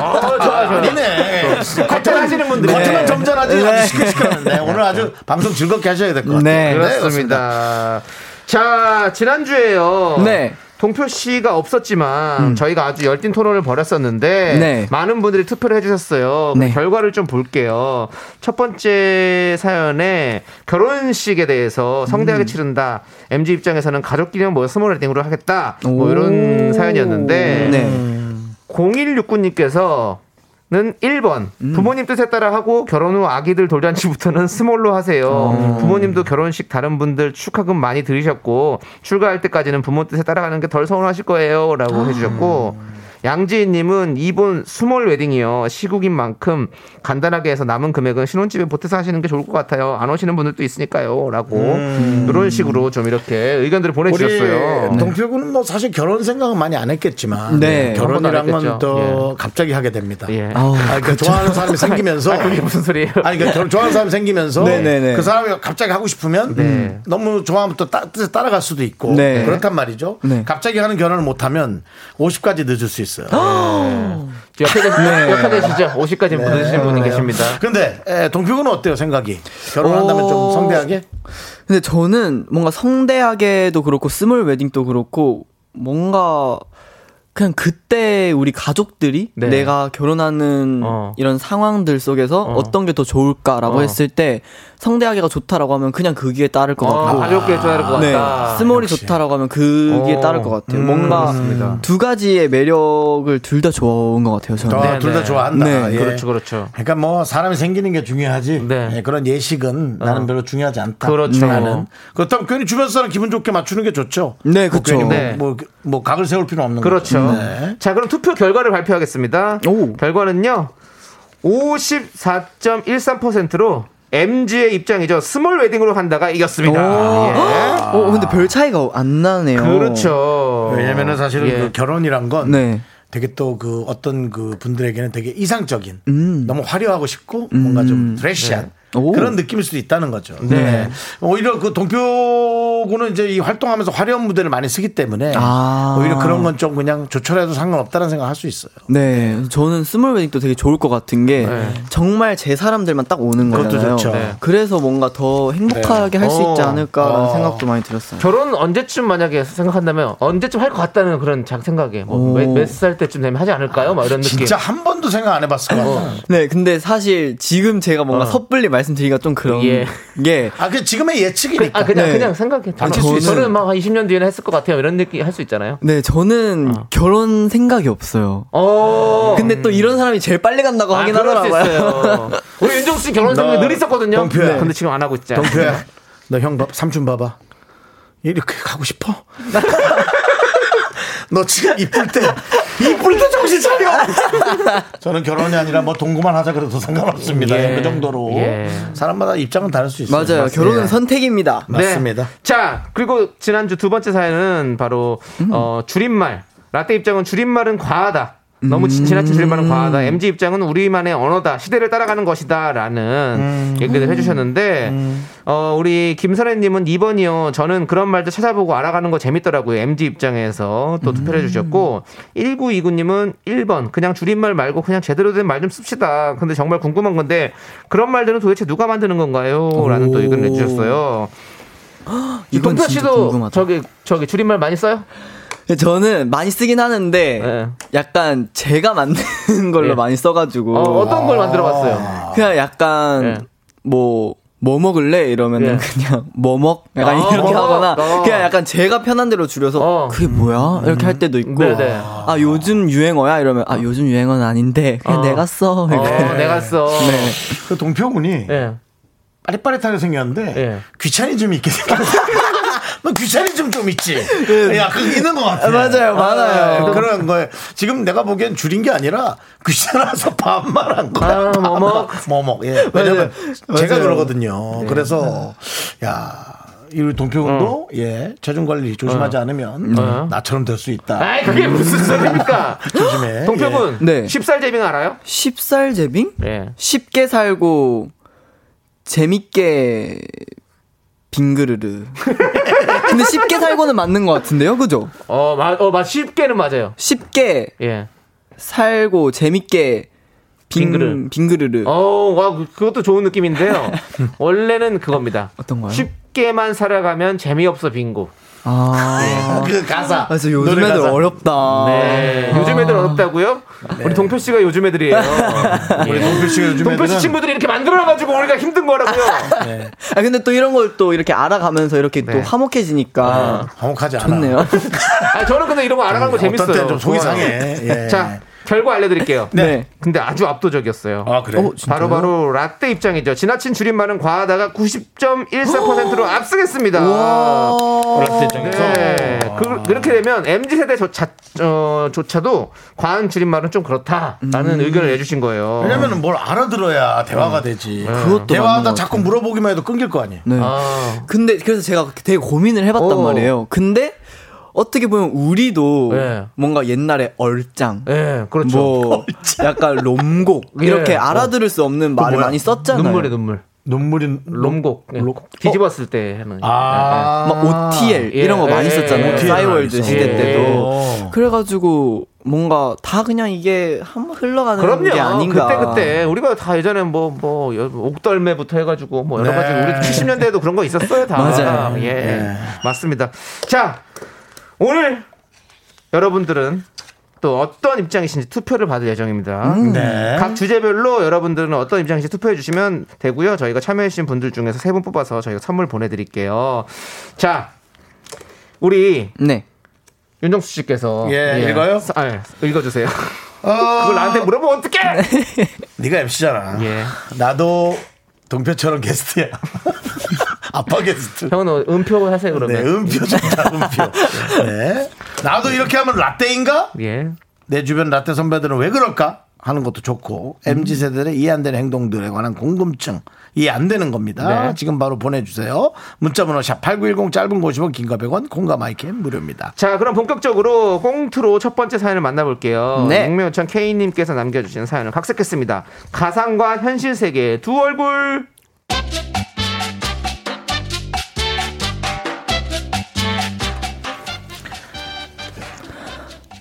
B: 어, 좋아, 좋아.
A: 아니네
B: 겉으로 하시는 분들.
A: 겉에만 점잖아지
F: 네.
A: 아주 시끌시끌한데 오늘
B: 네.
A: 아주 방송 즐겁게 하셔야 될 것 같아요
F: 네.
B: 그렇습니다. 자, 지난주에요.
F: 네. 음.
B: 동표 씨가 없었지만 저희가 아주 열띤 토론을 벌였었는데
F: 네.
B: 많은 분들이 투표를 해주셨어요. 그
F: 네.
B: 결과를 좀 볼게요. 첫 번째 사연에 결혼식에 대해서
F: 음.
B: 성대하게 치른다. MG 입장에서는 가족끼리는 뭐 스몰 웨딩으로 하겠다. 뭐 이런
F: 오.
B: 사연이었는데
F: 네.
B: 0169님께서는 1번
A: 음.
B: 부모님 뜻에 따라 하고 결혼 후 아기들 돌잔치부터는 스몰로 하세요.
A: 음.
B: 부모님도 결혼식 다른 분들 축하금 많이 들으셨고 출가할 때까지는 부모 뜻에 따라가는 게 덜 서운하실
A: 아.
B: 거예요라고 해주셨고 양지인님은 2번 스몰 웨딩이요 시국인 만큼 간단하게 해서 남은 금액은 신혼집에 보태서 하시는 게 좋을 것 같아요. 안 오시는 분들도 있으니까요라고 이런 식으로 좀 이렇게 의견들을 보내주셨어요.
A: 음.
B: 네.
A: 우리 동표군은 뭐 사실 결혼 생각은 많이 안 했겠지만
F: 네.
B: 한
A: 결혼이란
B: 번도 안
A: 건
B: 했겠죠.
A: 또 갑자기 하게 됩니다.
B: 예.
F: 아우,
A: 아, 그러니까 좋아하는 사람이 생기면서
B: 그게 무슨 소리예요?
A: 아니 그러니까 결- 좋아하는 사람 생기면서
F: 네네네.
A: 그 사람이 갑자기 하고 싶으면
B: 네.
A: 음, 너무 좋아하면 또 따, 뜻에 따라갈 수도 있고
F: 네.
A: 그렇단 말이죠.
F: 네.
A: 갑자기 하는 결혼을 못하면 50까지 늦을 수 있어요.
B: 아, 옆에 계시,
A: 네.
B: 옆에 계시죠? 50까지 보내주신 분이 계십니다.
A: 근데 에, 동표군은 어때요 생각이? 결혼한다면 좀
F: 어,
A: 성대하게?
F: 근데 저는 뭔가 성대하게도 그렇고 스몰 웨딩도 그렇고 뭔가 그냥 그때 우리 가족들이
B: 네.
F: 내가 결혼하는
B: 어.
F: 이런 상황들 속에서 어. 떤 게 더 좋을까라고
B: 어.
F: 했을 때 성대하게가 좋다라고 하면 그냥 그기에 따를 것
A: 아,
B: 어,
F: 같고
B: 가볍게 해줘야 될 것
F: 네.
B: 같다.
F: 스몰이 좋다라고 하면 그게
B: 어.
F: 따를 것 같아요. 뭔가 두 가지의 매력을 둘 다 좋은 것 같아요. 저는.
B: 네,
A: 둘 다
B: 네.
A: 좋아한다.
F: 네,
A: 예.
B: 그렇죠, 그렇죠.
A: 그러니까 뭐 사람이 생기는 게 중요하지.
B: 네. 어.
A: 예, 그런 예식은 나는 별로 중요하지 않다.
B: 그렇죠.
A: 나는 그렇다면 괜히 주변 사람 기분 좋게 맞추는 게 좋죠.
F: 네,
A: 뭐
F: 그쵸.
A: 괜히 뭐,
B: 네.
A: 뭐, 뭐 각을 세울 필요 없는
B: 그렇죠.
A: 거죠. 네.
B: 자, 그럼 투표 결과를 발표하겠습니다.
F: 오.
B: 결과는요, 54.13%로 MG의 입장이죠. 스몰 웨딩으로 한다가 이겼습니다. 예.
F: 어, 근데 별 차이가 안 나네요.
B: 그렇죠.
A: 왜냐면은 사실은
B: 예.
A: 그 결혼이란 건
F: 네.
A: 되게 또 그 어떤 그 분들에게는 되게 이상적인 너무 화려하고 싶고 뭔가 좀 드레시한
F: 음. 네. 오.
A: 그런 느낌일 수도 있다는 거죠. 네. 오히려 그 동표군은 이제 이 활동하면서 화려한 무대를 많이 쓰기 때문에
F: 아.
A: 오히려 그런 건 좀 그냥 조촐해도 상관없다는 생각할 수 있어요.
F: 네, 저는 스몰 웨딩도 되게 좋을 것 같은 게
B: 네.
F: 정말 제 사람들만 딱 오는
A: 그것도
F: 거잖아요.
A: 좋죠.
B: 네.
F: 그래서 뭔가 더 행복하게 할 수 있지
B: 어.
F: 않을까라는
A: 어.
F: 생각도 많이 들었어요.
B: 결혼 언제쯤 만약에 생각한다면 언제쯤 할 것 같다는 그런 자- 생각에
F: 오.
B: 뭐몇살 때쯤 되면 하지 않을까요? 막 이런 느낌.
A: 아, 진짜 한 번도 생각 안 해봤을 것 같아요.
F: 네, 근데 사실 지금 제가 뭔가
B: 어.
F: 섣불리 말씀드리기가 좀 그런
B: 예.
F: 게
A: 아, 그 지금의
B: 그-
A: 예측이니까.
B: 아 그냥
F: 네.
B: 그냥 생각해. 저는,
F: 수 있어요.
B: 저는 막 20년 뒤에는 했을 것 같아요. 이런 느낌 할 수 있잖아요.
F: 네, 저는 결혼 생각이 없어요.
B: 어.
F: 근데 또 이런 사람이 제일 빨리 간다고 하긴
B: 아, 그럴 수
F: 하더라고요.
B: 있어요. 우리 윤정수 씨 결혼 생각 늘 있었거든요.
A: 동표야.
B: 근데 지금 안 하고 있자.
A: 동표야, 너 형 삼촌 봐봐. 이렇게 가고 싶어? 너 지금 이쁠 때, 이쁠 때 정신 차려! 저는 결혼이 아니라 뭐 동구만 하자 그래도 상관없습니다.
B: 예.
A: 그 정도로.
B: 예.
A: 사람마다 입장은 다를 수 있어요.
F: 맞아요. 결혼은 선택입니다.
B: 네.
A: 맞습니다.
B: 자, 그리고
A: 음.
B: 지난주 두 번째 사연은 바로 어, 줄임말. 라떼 입장은 줄임말은 과하다. 너무 지- 지나친 질문은
A: 음.
B: 과하다. MG 입장은 우리만의 언어다. 시대를 따라가는 것이다라는
A: 음.
B: 얘기를 해주셨는데 어, 우리 김선혜님은 2번이요. 저는 그런 말도 찾아보고 알아가는 거 재밌더라고요. MG 입장에서 또
A: 음.
B: 투표를 해주셨고 1929님은 1번 그냥 줄임말 말고 그냥 제대로 된 말 좀 씁시다. 근데 정말 궁금한 건데 그런 말들은 도대체 누가 만드는 건가요? 라는 또 의견을 내주셨어요.
F: 이건
B: 동표
F: 진짜
B: 씨도
F: 궁금하다.
B: 저기 저기 줄임말 많이 써요?
F: 저는 많이 쓰긴 하는데
B: 네.
F: 약간 제가 만든 걸로
B: 네.
F: 많이 써가지고
B: 어, 어떤 걸 만들어봤어요?
F: 그냥 약간
B: 네.
F: 뭐. 뭐 먹을래? 이러면 은
B: 예.
F: 그냥 뭐 먹? 약간
B: 아,
F: 이렇게
B: 뭐
F: 하거나
B: 먹. 어.
F: 그냥 약간 제가 편한 대로 줄여서
B: 어.
F: 그게 뭐야? 이렇게 할 때도 있고
B: 네네.
F: 아 요즘 유행어야? 이러면 아 요즘 유행어는 아닌데 그냥
B: 어.
F: 내가 써
B: 어,
F: 이렇게
B: 내가 써.
F: 네.
A: 그 동표군이
B: 예.
A: 빠릿빠릿하게 생겼는데
B: 예.
A: 귀차니즘이 있게 생겼어. 뭐 귀차니즘 좀 있지.
B: 예.
A: 야, 그거 있는 것 같아.
F: 아, 맞아요, 많아요.
A: 예, 그런 거에 지금 내가 보기엔 줄인 게 아니라 귀찮아서 반말한 거야.
B: 아, 뭐뭐. 네.
A: 뭐뭐. 예. 왜냐면 제가
F: 맞아요.
A: 그러거든요. 그래서 야. 이 우리 동표군도 예 체중 관리 조심하지 않으면
B: 어.
A: 나처럼 될 수 있다.
B: 아이 그게 무슨 소리입니까?
A: 조심해.
B: 동표분,
F: 음. 네.
B: 쉽살 재빙 알아요?
F: 쉽살 재빙?
B: 예.
F: 쉽게 살고 재밌게 빙그르르. 근데 쉽게 살고는 맞는 것 같은데요, 그죠?
B: 어, 맞, 어, 맞, 쉽게는 맞아요.
F: 쉽게
B: 예.
F: 살고 재밌게
B: 빙그르.
F: 빙 빙그르르.
B: 어, 와, 그- 그것도 좋은 느낌인데요. 원래는 그겁니다.
F: 어떤 거요?
B: 쉽게만 살아가면 재미없어 빙고.
F: 아.
A: 그 가사.
F: 그래서
A: 노래
F: 요즘 애들
A: 가사.
F: 어렵다. 아.
B: 네. 요즘 애들 어렵다고요?
F: 네.
B: 우리 동표 씨가 요즘 애들이에요.
A: 우리
B: 예.
A: 동표 씨가 요즘
B: 동표 씨
A: 애들은
B: 친구들이 이렇게 만들어가지고 우리가 힘든 거라고요.
F: 아 근데 또 이런 걸 또 이렇게 알아가면서 이렇게
B: 네.
F: 또 화목해지니까
A: 화목하지 않아.
F: 좋네요.
B: 아, 저는 근데 이런 거 알아가는 거 재밌어요.
A: 음, 어떤 때좀 속이
B: 좋아요.
A: 상해. 예.
B: 자, 결과 알려드릴게요.
F: 네.
B: 근데 아주 압도적이었어요.
A: 아 그래.
F: 어, 진짜요?
B: 바로바로 라떼 입장이죠. 지나친 줄임말은 과하다가 90.14%로 앞서겠습니다.
A: 어렸을 때에서. 아.
B: 네. 그, 그렇게 되면 MZ 세대 조차, 어, 조차도 과한 줄임말은 좀 그렇다라는 의견을 내주신 거예요.
A: 음. 왜냐면 뭘 알아들어야 대화가 되지.
F: 그것도 맞는
A: 대화하다
F: 것
A: 자꾸 물어보기만 해도 끊길 거 아니에요.
F: 네.
B: 아,
F: 근데 그래서 제가 되게 고민을 해봤단
B: 어.
F: 말이에요. 근데 어떻게 보면 우리도
B: 예.
F: 뭔가 옛날에 얼짱,
B: 예, 그렇죠.
F: 뭐 약간 롬곡
B: 예.
F: 이렇게 알아들을 수 없는 말을
A: 뭐야?
F: 많이 썼잖아요.
B: 눈물의 눈물.
A: 눈물이
B: 롬곡. 예. 뒤집었을 때 하는.
A: 아.
F: 네.
A: 네.
F: 막 OTL
B: 예,
F: 이런 거
B: 예,
F: 많이
B: 예,
F: 썼잖아요.
B: 예.
F: 싸이월드 시대
B: 예.
F: 때도. 그래가지고 뭔가 다 그냥 이게 한번 흘러가는
B: 그럼요.
F: 게 아닌가.
B: 그때 그때 우리가 다 예전에 뭐뭐 옥덜매부터 해가지고 뭐 여러
A: 네.
B: 가지 우리 70년대에도 그런 거 있었어요 다.
F: 맞아요.
B: 예, 맞습니다. 자 오늘 여러분들은 또 어떤 입장이신지 투표를 받을 예정입니다.
A: 네.
B: 각 주제별로 여러분들은 어떤 입장인지 투표해 주시면 되고요. 저희가 참여해주신 분들 중에서 세 분 뽑아서 저희가 선물 보내드릴게요. 자, 우리
F: 네.
B: 윤정수 씨께서
A: 예, 읽어요?
B: 아, 예, 읽어주세요.
A: 어,
B: 그걸 나한테 물어보면 어떡해?
A: 네가 MC잖아.
B: 예.
A: 나도 동표처럼 게스트야. 아빠 게스트.
B: 형은 어, 은표 하세요
A: 네,
B: 그러면.
A: 음표 좋다, 음표. 네. 나도 이렇게 하면 라떼인가?
B: 예.
A: 내 주변 라떼 선배들은 왜 그럴까 하는 것도 좋고 mz 세대의 이해 안 되는 행동들에 관한 궁금증 이해 안 되는 겁니다.
B: 네.
A: 지금 바로 보내주세요. 문자번호 샵 #8910 짧은 거 50원, 긴거 100원, 콩과 마이크 무료입니다.
B: 자, 그럼 본격적으로 꽁트로 첫 번째 사연을 만나볼게요.
F: 네.
B: 익명 요청 K님께서 남겨주신 사연을 각색했습니다. 가상과 현실 세계의 두 얼굴.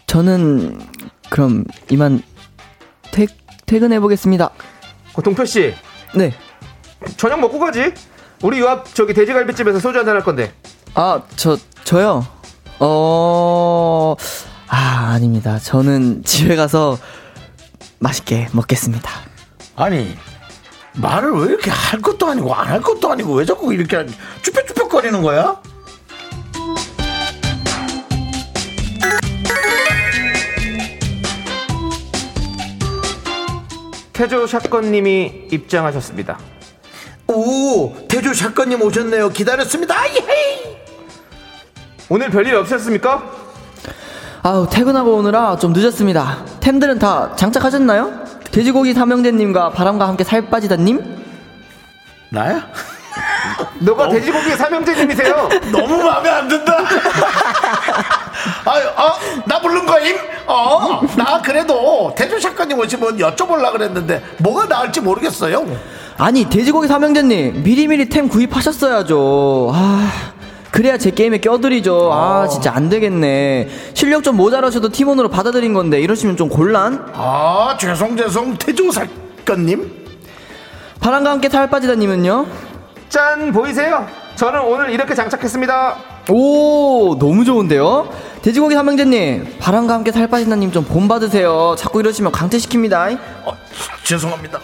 F: 저는 그럼 이만 퇴, 퇴근해 보겠습니다.
B: 그 동표 씨,
F: 네.
B: 저녁 먹고 가지? 우리 요 앞 저기 돼지갈비집에서 소주 한잔 할 건데.
F: 아, 저, 저요? 어, 아, 아닙니다. 저는 집에 가서 맛있게 먹겠습니다.
A: 아니 말을 왜 이렇게 할 것도 아니고 안 할 것도 아니고 왜 자꾸 이렇게 쭈뼛쭈뼛 거리는 거야?
B: 태조 샷건님이 입장하셨습니다.
A: 오 태조 작가님 오셨네요. 기다렸습니다. 예헤이.
B: 오늘 별일 없으셨습니까?
F: 아우, 퇴근하고 오느라 좀 늦었습니다. 템들은 다 장착하셨나요? 돼지고기 삼형제님과 바람과 함께 살 빠지다님?
A: 나야?
B: 너가 돼지고기 삼형제님이세요.
A: 너무 마음에 안 든다. 아유, 어, 나 부른 거임? 어, 나 그래도 대조 작가님 오시면 여쭤보려고 그랬는데 뭐가 나을지 모르겠어요.
F: 아니 돼지고기 삼형제님 미리미리 템 구입하셨어야죠. 아 그래야 제 게임에 껴드리죠. 아 진짜 안 되겠네. 실력 좀 모자라셔도 팀원으로 받아들인 건데 이러시면 좀 곤란.
A: 아, 죄송, 죄송. 대조 작가님?
F: 바람과 함께 살 빠지다님은요?
B: 짠 보이세요? 저는 오늘 이렇게 장착했습니다.
F: 오 너무 좋은데요? 돼지고기 삼형제님 바람과 함께 살 빠진다님 좀 본받으세요. 자꾸 이러시면 강퇴시킵니다.
A: 어, 죄송합니다.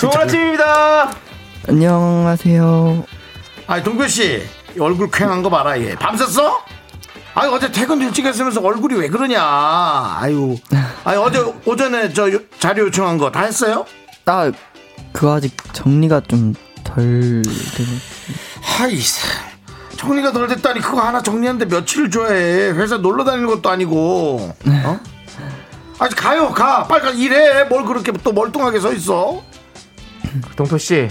B: 좋은 아침입니다.
F: 안녕하세요.
A: 아이 동표 씨 얼굴 쾌한 거 봐라 얘 밤샜어? 아유 어제 퇴근 일찍 했으면서 얼굴이 왜 그러냐 아유 아유 어제 오전에 저 요- 자료 요청한 거 다 했어요?
F: 나 그거 아직 정리가 좀 덜 되네.
A: 하이 정리가 덜 됐다니 그거 하나 정리하는데 며칠을 줘야 해 회사 놀러 다니는 것도 아니고 어? 아직 가요 가 빨리 가 일해 뭘 그렇게 또 멀뚱하게 서 있어
B: 동표 씨,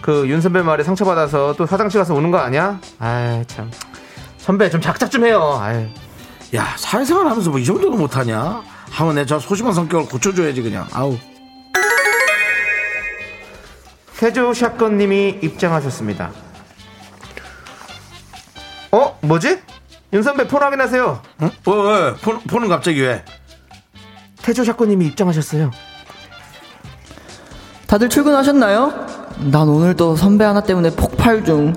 B: 그 윤 선배 말에 상처 받아서 또 화장실 가서 우는 거 아니야? 아이 참. 선배 좀 작작 좀 해요. 아이.
A: 야 사회생활 하면서 뭐 이 정도도 못하냐 하면 내저 소심한 성격을 고쳐줘야지 그냥 아우
B: 태조 샷건님이 입장하셨습니다. 어 뭐지? 윤 선배 폰 확인하세요.
A: 응? 어, 왜, 왜? 폰- 폰은 갑자기 왜?
B: 태조 샷건님이 입장하셨어요.
F: 다들 출근하셨나요? 난 오늘 또 선배 하나 때문에 폭발 중.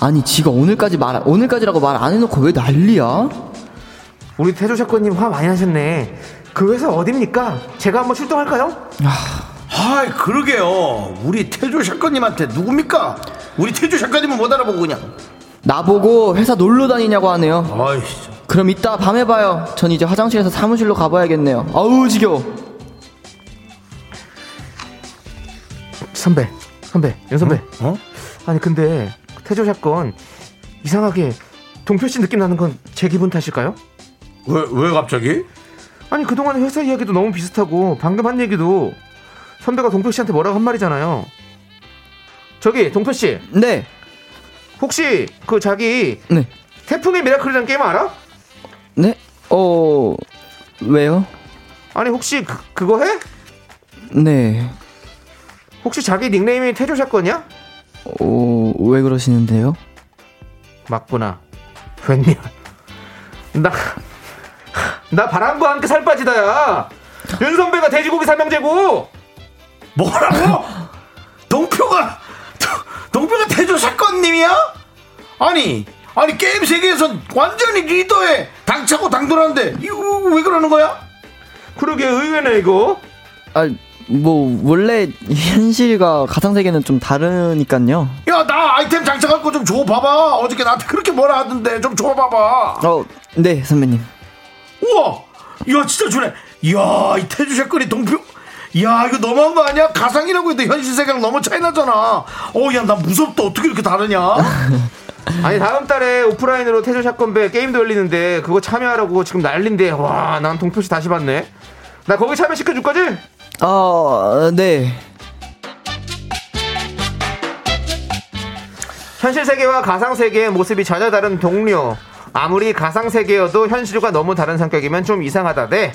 F: 아니, 지가 오늘까지 말, 오늘까지라고 말 안 해놓고 왜 난리야?
B: 우리 태조 샷건님 화 많이 하셨네. 그 회사 어딥니까? 제가 한번 출동할까요?
F: 아,
A: 아이 그러게요 우리 태조 샷건님한테 누굽니까 우리 태조 샷건님은 못 알아보고 그냥
F: 나보고 회사 놀러 다니냐고 하네요.
A: 아이
F: 그럼 이따 밤에 봐요. 전 이제 화장실에서 사무실로 가봐야겠네요. 아우, 지겨워.
B: 선배, 선배, 윤 선배.
A: 어?
B: 아니 근데 태조 샷건 이상하게 동표 씨 느낌 나는 건 제 기분 탓일까요?
A: 왜, 왜 갑자기?
B: 아니 그동안 회사 이야기도 너무 비슷하고 방금 한 얘기도 선배가 동표 씨한테 뭐라고 한 말이잖아요. 저기 동표 씨
F: 네,
B: 혹시 그 자기
F: 네,
B: 태풍의 미라클이라는 게임 알아?
F: 네, 어, 왜요?
B: 아니 혹시 그, 그거 해?
F: 네,
B: 혹시 자기 닉네임이 태조 샷건이야?
F: 어, 왜 그러시는데요?
B: 맞구나. 웬일? 나, 나 바람과 함께 살 빠지다야. 윤 선배가 돼지고기 삼형제고.
A: 뭐라고? 동표가 동- 동표가 태조 샷건님이야? 아니 아니 게임 세계에선 완전히 리더에 당차고 당돌하는데 이거 왜 그러는 거야?
B: 그러게 의외네 이거.
F: 아, 뭐, 원래 현실과 가상세계는 좀 다르니까요.
A: 야 나 아이템 장착할 거 좀 줘봐봐 어저께 나한테 그렇게 뭐라 하던데 좀 줘봐봐
F: 어, 네, 선배님.
A: 우와! 야, 진짜 주네. 야, 이 태주 샷건이 동표. 야, 이거 너무한 거 아니야? 가상이라고 해도 현실 세계랑 너무 차이 나잖아. 어, 야, 나 무섭다. 어떻게 이렇게 다르냐?
B: 아니 다음 달에 오프라인으로 태조 샷건배 게임도 열리는데 그거 참여하라고 지금 난린데 와 난 동표씨 다시 봤네. 나 거기 참여시켜 줄 거지?
F: 아, 네.
B: 현실 세계와 가상 세계의 모습이 전혀 다른 동료. 아무리 가상 세계여도 현실과 너무 다른 성격이면 좀 이상하다. 네.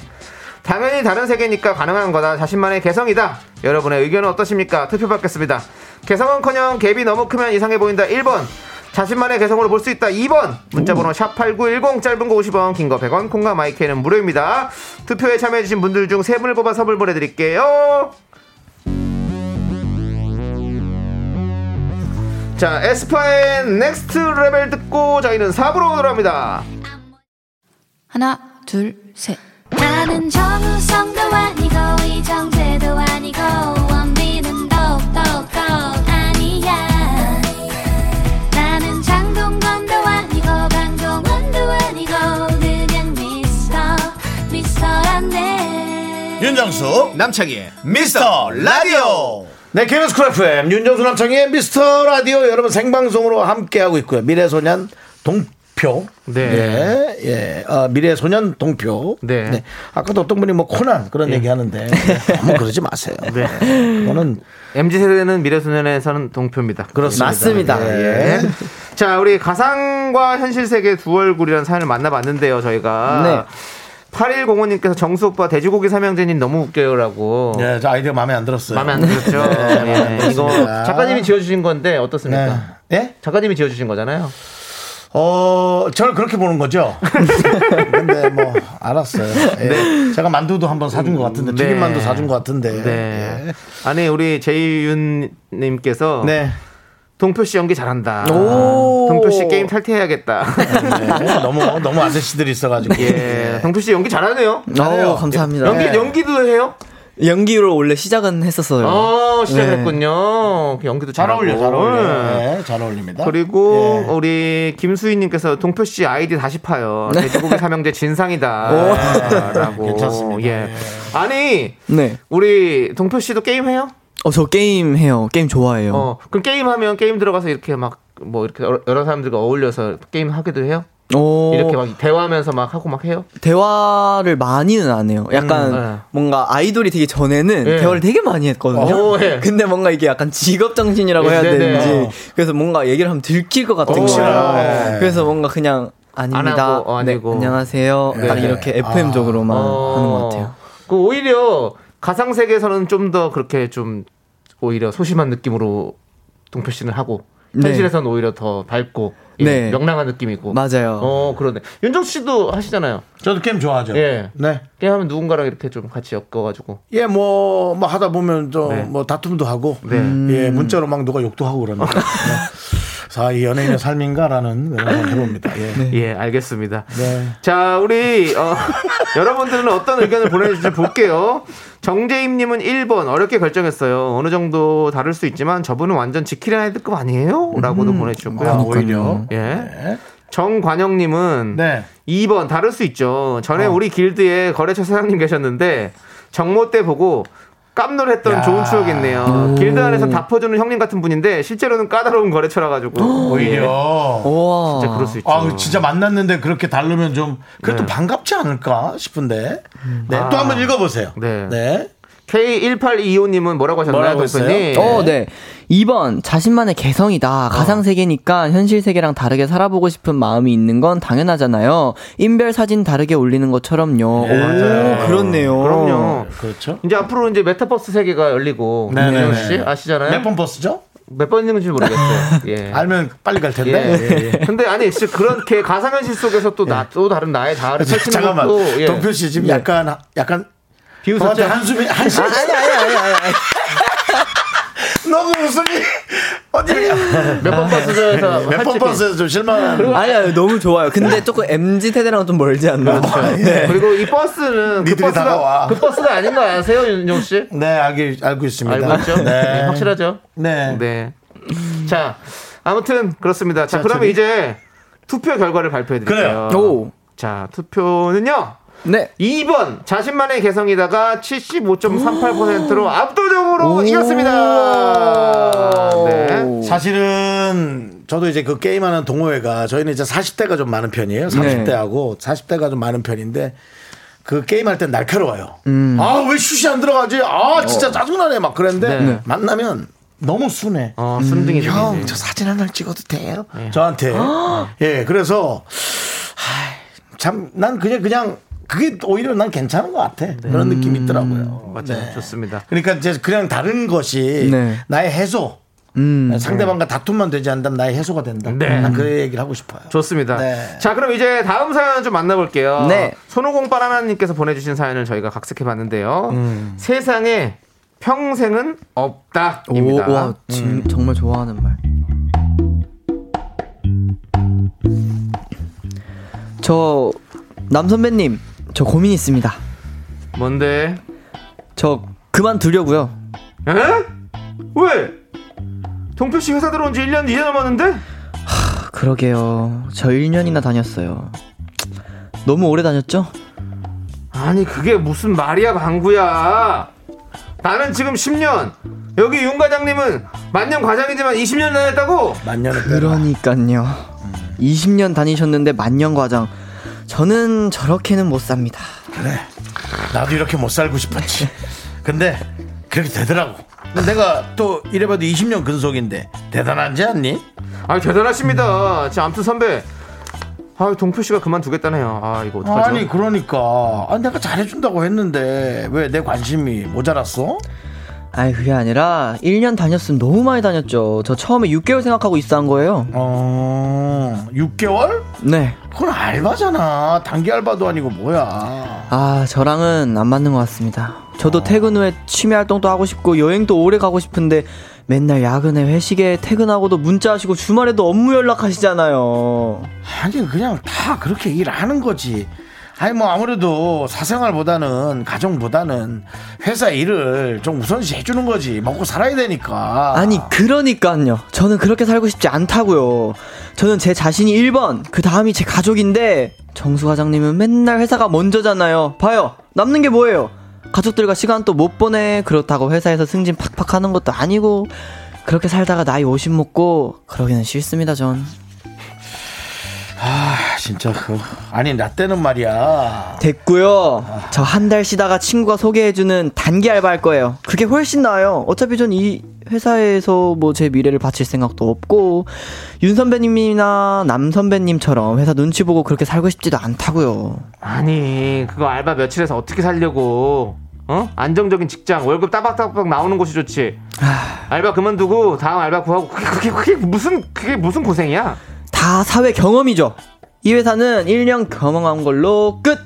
B: 당연히 다른 세계니까 가능한 거다. 자신만의 개성이다. 여러분의 의견은 어떠십니까? 투표 받겠습니다. 개성은커녕 갭이 너무 크면 이상해 보인다. 1번. 자신만의 개성으로 볼 수 있다. 2번. 문자번호 샵8910 짧은 거 50원, 긴 거 100원, 콩과 마이크는 무료입니다. 투표에 참여해주신 분들 중 3분을 뽑아 선물 보내드릴게요. 자, 에스파의 넥스트 레벨 듣고 저희는 4부로 돌아옵니다.
H: 하나, 둘, 셋.
G: 나는 정우성도 아니고 이정재도 아니고 원빈은 더욱더 아니야 나는 장동건도 아니고 강동원도 아니고 그냥 미스터 미스터란데
A: 윤정수, 남창희의 미스터 라디오. 네, KBS 쿨 FM, 윤정수 남창희의 미스터 라디오. 여러분 생방송으로 함께하고 있고요. 미래소년 동표 동표.
B: 네.
A: 예, 예. 어, 미래 소년 동표.
B: 네. 예.
A: 아까도 어떤 분이 뭐 코난 그런 얘기 하는데 너무 그러지 마세요.
B: 네.
A: 그거는
B: MZ 세대는 미래소년에서는 동표입니다.
A: 그렇습니다.
F: 맞습니다.
A: 예.
B: 자, 우리 가상과 현실 세계 두 얼굴이라는 사연을 만나봤는데요, 저희가.
F: 네.
B: 8105님께서 정수 오빠 돼지고기 삼형제님 너무 웃겨요라고.
A: 예, 저 아이디어 마음에 안 들었어요.
B: 마음에 안 들었죠? 예. 이거
A: 들었습니다.
B: 작가님이 지어주신 건데
A: 네.
B: 어떻습니까?
A: 예?
B: 작가님이 지어주신 거잖아요.
A: 어, 저를 그렇게 보는 거죠. 근데 뭐 알았어요. 예. 제가 만두도 한번 사준 것 같은데
B: 네.
A: 튀김 만두 사준 것 같은데.
B: 네.
A: 예.
B: 아니 우리 제이윤님께서
A: 네.
B: 동표 씨 연기 잘한다. 동표 씨 게임 탈퇴해야겠다.
A: 네. 너무 너무 아저씨들이 있어가지고.
B: 예. 동표 씨 연기 잘하네요.
F: 어, 감사합니다. 네.
B: 연기 연기도 해요?
F: 연기로 원래 시작은 했었어요.
B: 어
F: 네.
B: 시작했군요. 연기도
A: 잘
B: 잘하고.
A: 어울려, 잘 어울려. 네, 잘 어울립니다.
B: 그리고
A: 예.
B: 우리 김수희님께서 동표 씨 아이디 다시 파요. 돼지고기 삼형제 진상이다라고.
A: 네. 괜찮습니다.
B: 예. 아니
F: 네.
B: 우리 동표 씨도 게임 해요?
F: 어, 저 게임 해요. 게임 좋아해요.
B: 어, 그럼 게임하면 게임 들어가서 이렇게 막 뭐 이렇게 여러- 여러 사람들과 어울려서 게임 하기도 해요?
A: 어.
F: 오,
B: 어. 이렇게 막 대화하면서 막 하고 막 해요?
F: 대화를 많이는 안 해요. 약간
B: 음, 네.
F: 뭔가 아이돌이 되기 전에는
B: 예.
F: 대화를 되게 많이 했거든요.
B: 오, 예.
F: 근데 뭔가 이게 약간 직업 정신이라고 해야
B: 네, 네.
F: 되는지 그래서 뭔가 얘기를 하면 들킬 것 같은 거예요.
A: 예.
F: 그래서 뭔가 그냥 아닙니다.
B: 네. 하고, 어,
F: 네,
B: 아니고.
F: 안녕하세요. 딱
A: 네.
F: 이렇게
A: 아.
F: FM적으로만 하는 것 같아요.
B: 그 오히려 가상 세계에서는 좀 더 그렇게 좀 오히려 소심한 느낌으로 동표 씨는 하고
F: 네.
B: 현실에서는 오히려 더 밝고 예,
F: 네.
B: 명랑한 느낌이고.
F: 맞아요.
B: 어, 그러네. 윤정수 씨도 하시잖아요.
A: 저도 게임 좋아하죠.
B: 예.
A: 네.
B: 게임하면 누군가랑 이렇게 좀 같이 엮어가지고.
A: 예, 뭐, 뭐 하다 보면 또 뭐
B: 네.
A: 다툼도 하고,
B: 네.
A: 예, 문자로 막 누가 욕도 하고 그러는데. 자, 이 연예인의 삶인가라는 그런 생각 해봅니다. 예.
F: 네.
B: 예, 알겠습니다.
A: 네.
B: 자, 우리 어, 여러분들은 어떤 의견을 보내주실지 볼게요. 정재임님은 1번 어렵게 결정했어요. 어느 정도 다를 수 있지만 저분은 완전 지키려 해드급 아니에요? 라고도 보내주셨고요.
A: 아, 오히려.
B: 예. 정관영님은
A: 네. 어.
B: 2번 다를 수 있죠. 전에 우리 길드에 거래처 사장님 계셨는데 정모 때 보고 깜놀했던
A: 야.
B: 좋은 추억이 있네요. 길드 안에서 다 퍼주는 형님 같은 분인데 실제로는 까다로운 거래처라 가지고 예.
A: 오히려.
F: 우와.
B: 진짜 그럴 수 있죠.
A: 아, 진짜 만났는데 그렇게 다르면 좀 그래도
B: 그렇죠. 네.
A: 반갑지 않을까 싶은데. 네,
B: 아.
A: 또 한번 읽어보세요.
B: 네.
A: 네.
B: K1825님은 뭐라고 하셨나요,
A: 뭐라고
B: 대표님?
A: 했어요?
F: 어, 네. 어. 2번, 자신만의 개성이다. 가상세계니까 현실세계랑 다르게 살아보고 싶은 마음이 있는 건 당연하잖아요. 인별 사진 다르게 올리는 것처럼요. 오, 그렇네요.
B: 그럼요.
A: 그렇죠.
B: 이제 앞으로 이제 메타버스 세계가 열리고
A: 네,
B: 윤정
A: 네,
B: 씨
A: 네.
B: 아시잖아요.
A: 몇 번 버스죠?
B: 몇 번인지 모르겠어요. 예.
A: 알면 빨리 갈
B: 예,
A: 텐데.
B: 예, 예. 근데 아니 진짜 그렇게 가상현실 속에서 또 나 또 다른 나의 자아를 펼치는
A: 예. 잠깐만. 그-
B: 것도 예.
A: 동표 씨 지금 약간, 약간 저한테
B: 비웃었죠.
A: 한숨이 한숨 아니 아니 아니 아니 너무 웃음이 어디
B: 몇번 버스에서
A: 아, 네. 몇번 버스에서 좀 실망한
F: 아니야, 너무 좋아요. 근데 조금 MZ 세대랑은 좀 멀지 않나요?
A: 예.
F: 네.
B: 그리고 이 버스는 그
A: 니들이
B: 버스가
A: 다가와.
B: 그 버스가 아닌 거 아세요, 윤정 씨?
A: 네 알기, 알고 있습니다
B: 알고 있죠? 네,
A: 네.
B: 확실하죠?
A: 네.
B: 네. 자, 아무튼 그렇습니다. 자,
A: 자,
B: 그러면
A: 저기-
B: 이제 투표 결과를 발표해 드릴게요.
A: 그래요.
F: 오.
B: 자, 투표는요.
F: 네.
B: 2번 자신만의 개성이다가 75.38%로 압도적으로 이겼습니다. 네.
A: 사실은 저도 이제 그 게임하는 동호회가 저희는 이제 40대가 좀 많은
B: 네.
A: 편이에요 30대하고 40대가 좀 많은 편인데 그 게임할 땐 날카로워요 아 왜 슛이 안 들어가지 아 진짜 짜증나네 막 그랬는데
B: 음. 네.
A: 만나면 너무 순해
B: 어, 네. 순둥이
A: 형
B: 중이지.
A: 저 사진 하나 찍어도 돼요? 저한테
B: 아.
A: 예 그래서 참 난 그냥 그냥 그게 오히려 난 괜찮은 것 같아 그런
B: 음.
A: 느낌이 있더라고요.
B: 맞아요. 좋습니다.
A: 그러니까 이제 그냥 다른 것이
F: 네.
A: 나의 해소 상대방과 다툼만 되지 않는다면 나의 해소가 된다.
B: 네.
A: 난 그 얘기를 하고 싶어요.
B: 좋습니다.
A: 네.
B: 자, 그럼 이제 다음 사연 좀 만나볼게요.
F: 네.
B: 손오공 바나나님께서 보내주신 사연을 저희가 각색해봤는데요. 세상에 평생은
F: 오,
B: 없다입니다.
F: 와, 지금 정말 좋아하는 말. 저, 남선배님, 저 고민 있습니다.
B: 뭔데?
F: 저 그만두려고요.
B: 에? 왜? 동표 씨 회사 들어온 지 1년 이제 넘었는데?
F: 그러게요. 저 1년이나 다녔어요. 너무 오래 다녔죠?
B: 아니 그게 무슨 말이야 방구야 나는 지금 10년 여기 윤 과장님은 만년 과장이지만 20년 다녔다고
A: 만년에 빼라.
F: 그러니깐요 20년 다니셨는데 만년 과장. 저는 저렇게는 못 삽니다.
A: 나도 이렇게 못 살고 싶었지. 근데 그렇게 되더라고. 근데 내가 또 이래봐도 20년 근속인데 대단하지 않니?
B: 아 대단하십니다. 지금 아무튼 선배. 아 동표 씨가 그만두겠다네요. 아 이거 어떡하죠?
A: 아니 그러니까 아, 내가 잘해준다고 했는데 왜 내 관심이 모자랐어?
F: 아이 그게 아니라 1년 다녔으면 너무 많이 다녔죠. 저 처음에 6개월 생각하고 입사한 거예요.
A: 어 6개월?
F: 네.
A: 그건 알바잖아. 단기 알바도 아니고 뭐야.
F: 아 저랑은 안 맞는 것 같습니다. 저도 퇴근 후에 취미 활동도 하고 싶고 여행도 오래 가고 싶은데 맨날 야근에 회식에 퇴근하고도 문자하시고 주말에도 업무 연락하시잖아요.
A: 아니 그냥 다 그렇게 일하는 거지. 아니 뭐 아무래도 사생활보다는 가정보다는 회사 일을 좀 우선시 해주는 거지. 먹고 살아야 되니까.
F: 아니 그러니까요. 저는 그렇게 살고 싶지 않다고요. 저는 제 자신이 1번, 그 다음이 제 가족인데 정수 과장님은 맨날 회사가 먼저잖아요. 봐요. 남는 게 뭐예요? 가족들과 시간도 못 보내. 그렇다고 회사에서 승진 팍팍 하는 것도 아니고 그렇게 살다가 나이 50 먹고 그러기는 싫습니다, 전.
A: 아, 진짜 그 아니 나 때는 말이야.
F: 됐고요. 저 한 달 쉬다가 친구가 소개해주는 단기 알바 할 거예요. 그게 훨씬 나아요. 어차피 전 이 회사에서 뭐 제 미래를 바칠 생각도 없고 윤 선배님이나 남 선배님처럼 회사 눈치 보고 그렇게 살고 싶지도 않다고요.
B: 아니 그거 알바 며칠에서 어떻게 살려고 어 안정적인 직장 월급 따박따박 나오는 곳이 좋지
A: 아.
B: 알바 그만두고 다음 알바 구하고 그게, 그게, 그게 무슨 그게 무슨 고생이야
F: 다 사회 경험이죠. 이 회사는 1년 경험한 걸로 끝.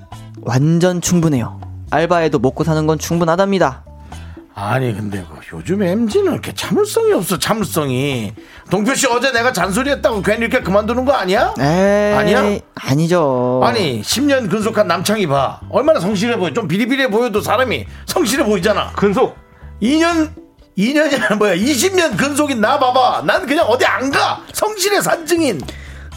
F: 완전 충분해요. 알바에도 먹고 사는 건 충분하답니다.
A: 아니 근데 그 요즘 MZ는 이렇게 참을성이 없어 참을성이. 동표 씨 어제 내가 잔소리했다고 괜히 이렇게 그만두는 거 아니야?
F: 에이,
A: 아니야?
B: 어.
F: 아니죠.
A: 아니 10년 근속한 남창이 봐 얼마나 성실해 보여 좀 비리비리해 보여도 사람이 성실해 보이잖아
B: 근속
A: 2년 2년이 뭐야 20년 근속인 나 봐봐 난 그냥 어디 안 가 성실의 산증인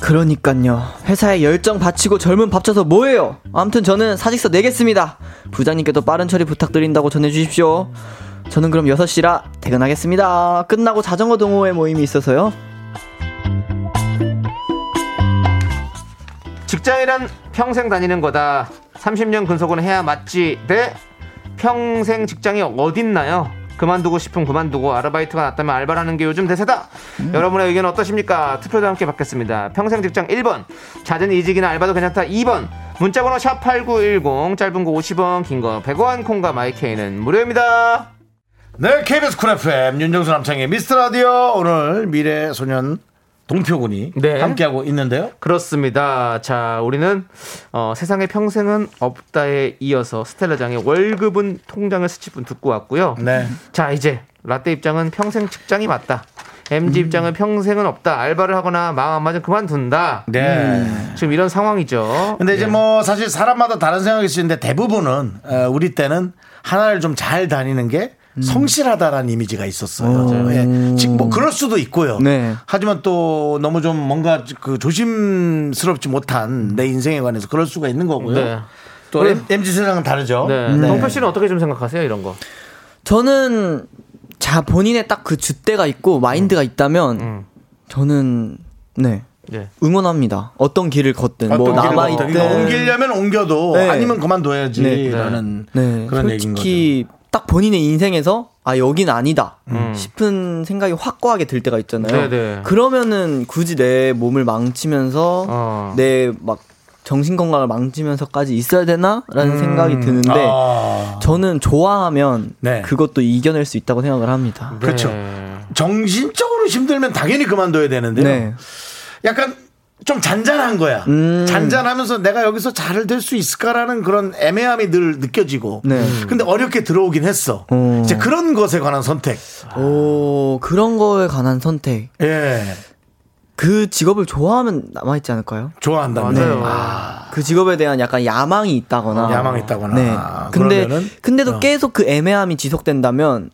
F: 그러니깐요 회사에 열정 바치고 젊은 밥 쳐서 뭐해요 아무튼 저는 사직서 내겠습니다 부장님께도 빠른 처리 부탁드린다고 전해주십시오 저는 그럼 6시라 퇴근하겠습니다 끝나고 자전거 동호회 모임이 있어서요
B: 직장이란 평생 다니는 거다 30년 근속은 해야 맞지 네 평생 직장이 어딨나요 그만두고 싶은 그만두고 아르바이트가 낫다면 알바라는 게 요즘 대세다 여러분의 의견 어떠십니까 투표도 함께 받겠습니다 평생 직장 1번 잦은 이직이나 알바도 괜찮다 2번 문자번호 샵8910 짧은 거 50원 긴 거 100원 콩과 마이케이는 무료입니다
A: 네 KBS 쿨 FM 윤정수 남창의 미스터라디오 오늘 미래소년 동표군이
B: 네.
A: 함께하고 있는데요
B: 그렇습니다. 자, 우리는 어, 세상에 평생은 없다에 이어서 스텔라장의 월급은 통장을 스치분 듣고 왔고요.
A: 네
B: 자, 이제 라떼 입장은 평생 직장이 맞다.
A: 음.
B: MG 입장은 평생은 없다. 알바를 하거나 마음 안 맞으면 그만둔다.
A: 네.
B: 지금 이런 상황이죠.
A: 근데 이제
B: 예.
A: 뭐 사실 사람마다 다른 생각일 수 있는데 대부분은 어, 우리 때는 하나를 좀 잘 다니는 게
F: 음.
A: 성실하다라는 이미지가 있었어요. 예. 즉, 뭐 그럴 수도 있고요.
F: 네.
A: 하지만 또 너무 좀 뭔가 그 조심스럽지 못한 내 인생에 관해서 그럴 수가 있는 거고요.
B: 네.
A: 또 M, MZ 세상은 다르죠.
B: 네.
A: 네.
B: 동표 씨는 어떻게 좀 생각하세요? 이런 거.
F: 저는 자 본인의 딱 그 주대가 있고
A: 음.
F: 마인드가 있다면 저는 네
B: 예.
F: 응원합니다 어떤 길을 걷든 뭐
A: 어떤 길을
F: 남아있든
A: 걷든 옮기려면 옮겨도
F: 네.
A: 아니면
F: 네.
A: 그만둬야지라는
F: 네,
A: 그런 얘기인 거죠. 음.
F: 솔직히 딱 본인의 인생에서 아 여긴 아니다 싶은 생각이 확고하게 들 때가 있잖아요.
B: 네네.
F: 그러면은 굳이 내 몸을 망치면서
B: 어.
A: 네.
F: 내 막 정신 건강을 망치면서까지 있어야 되나라는 생각이 드는데
A: 음. 아.
F: 저는 좋아하면
A: 네.
F: 그것도 이겨낼 수 있다고 생각을 합니다.
A: 그렇죠.
B: 네.
A: 정신적으로 힘들면 당연히 그만둬야 되는데요.
F: 네.
A: 약간 좀 잔잔한 거야.
F: 음.
A: 잔잔하면서 내가 여기서 잘 될 수 있을까라는 그런 애매함이 늘 느껴지고.
F: 네.
A: 근데 어렵게 들어오긴 했어.
F: 어.
A: 이제 그런 것에 관한 선택.
F: 오 그런 거에 관한 선택.
A: 예.
F: 그 직업을 좋아하면 남아있지 않을까요?
A: 좋아한다면.
B: 맞아요.
F: 그 직업에 대한 약간 야망이 있다거나
A: 야망 있다거나.
F: 네. 근데
A: 그러면은
F: 근데도 계속 그 애매함이 지속된다면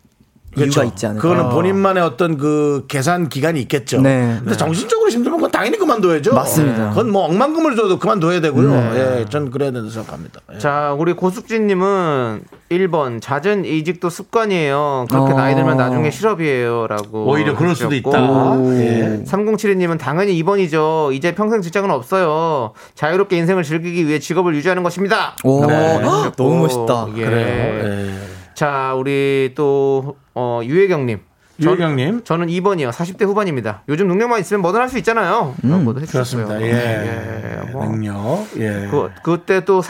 F: 이유가 있지 않을까.
A: 그렇죠. 그거는 본인만의 어떤 그 계산 기간이 있겠죠.
F: 네.
A: 근데 정신적으로 힘들면 그건 당연히 그만둬야죠.
F: 맞습니다. 네.
A: 그건 뭐 억만금을 줘도 그만둬야 되고요. 예, 전 그래야 된다고 생각합니다. 예.
B: 자, 우리 고숙진님은 1번 잦은 이직도 습관이에요. 그렇게
F: 어.
B: 나이 들면 나중에 실업이에요라고.
A: 오히려 그럴 수도
B: 해주셨고.
A: 있다. 예.
B: 3072님은 당연히 2번이죠. 이제 평생 직장은 없어요. 자유롭게 인생을 즐기기 위해 직업을 유지하는 것입니다.
F: 오,
A: 네.
F: 헉, 너무 멋있다.
B: 예.
A: 그래요. 예.
B: 자, 우리 또 어, 유혜경님. 저-
A: 유혜경님.
B: 저는 2번이요. 40대 후반입니다. 요즘 능력만 있으면 뭐든 할 수 있잖아요. 라고도 해주셨어요.
A: 음,
B: 네,
A: 그렇습니다. 예.
B: 예, 뭐.
A: 능력. 예.
B: 그, 그때 또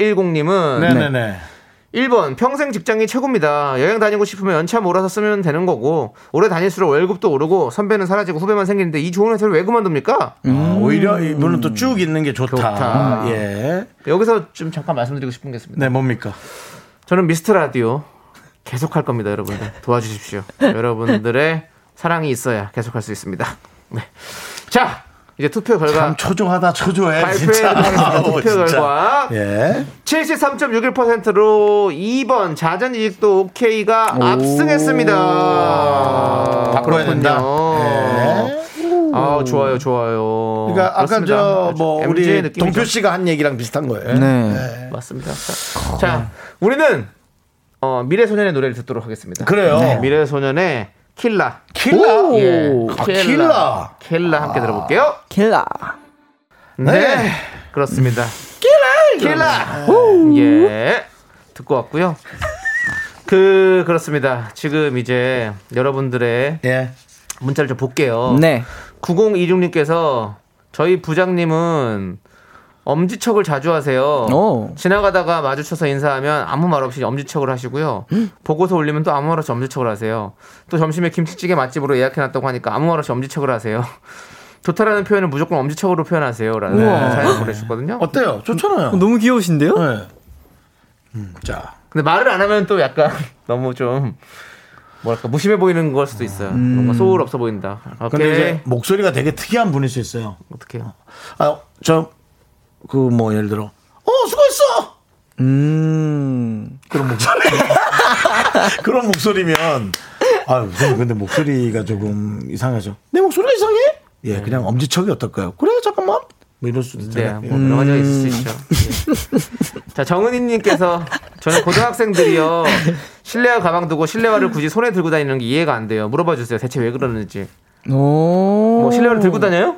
B: 3110님은
A: 네네네.
B: 1번 평생 직장이 최고입니다. 여행 다니고 싶으면 연차 몰아서 쓰면 되는 거고 오래 다닐수록 월급도 오르고 선배는 사라지고 후배만 생기는데 이 좋은 회사를 왜 그만둡니까?
A: 아, 오히려 이분은 또 쭉 있는 게 좋다.
B: 음. 좋다.
A: 예.
B: 여기서 좀 잠깐 말씀드리고 싶은 게 있습니다.
A: 네, 뭡니까?
B: 저는 미스트 라디오 계속 할 겁니다, 여러분들. 도와주십시오. 여러분들의 사랑이 있어야 계속 할 수 있습니다. 네. 자, 이제 투표 결과
A: 참 초조하다, 초조해. 진짜.
B: 발표해드리겠습니다.
A: 아우,
B: 투표
A: 진짜.
B: 결과
A: 예.
B: 73.61%로 2번 자전 이직도 오케이가 압승했습니다.
A: 바꿔야 된다. 예.
B: 아 좋아요, 좋아요.
A: 그러니까 아까 저 뭐
B: MJ
A: 우리
B: 느낌이죠.
A: 동표 씨가 한 얘기랑 비슷한 거예요.
F: 네.
A: 아,
B: 맞습니다.
A: 네.
B: 자, 우리는 어, 미래소년의 노래를 듣도록 하겠습니다. 네,
A: 그래요.
B: 미래소년의 킬라.
A: 킬라.
B: 예,
A: 아, 킬라. 아.
B: 킬라 함께 들어볼게요.
F: 킬라.
B: 네.
A: 네.
B: 그렇습니다. 킬라! 킬라! 오. 예. 듣고 왔고요. 그, 그렇습니다. 지금 이제 여러분들의
A: 예.
B: 문자를 좀 볼게요.
F: 네.
B: 9026님께서 저희 부장님은 엄지척을 자주 하세요.
F: 오.
B: 지나가다가 마주쳐서 인사하면 아무 말 없이 엄지척을 하시고요. 보고서 올리면 또 아무 말 없이 엄지척을 하세요. 또 점심에 김치찌개 맛집으로 예약해놨다고 하니까 아무 말 없이 엄지척을 하세요. 좋다라는 표현은 무조건 엄지척으로 표현하세요라는 사연을 보내주셨거든요.
A: 어때요? 좋잖아요.
F: 너무 귀여우신데요?
A: 네. 음, 자.
B: 근데 말을 안 하면 또 약간 너무 좀 뭐랄까 무심해 보이는 걸 수도 있어요. 뭔가 소울 없어 보인다.
A: 음. 근데
B: 오케이.
A: 이제 목소리가 되게 특이한 분일 수 있어요.
B: 어떻게 해요?
A: 아, 저, 그, 뭐, 예를 들어, 어, 수고했어!
F: 음.
A: 그런 목소리. 그런 목소리면, 아, 무슨, 근데 목소리가 조금 이상하죠. 내 목소리가 이상해? 예, 그냥 엄지척이 어떨까요? 그래, 잠깐만. 뭐 이럴 수도
B: 네,
A: 있잖아요.
B: 뭐 여러 가지가 있을 수 있죠. 예. 자, 정은희님께서 저는 고등학생들이요 실내화 가방 두고 실내화를 굳이 손에 들고 다니는 게 이해가 안 돼요. 물어봐 주세요. 대체 왜 그러는지.
F: 네. 오.
B: 뭐 실내화를 들고 다녀요?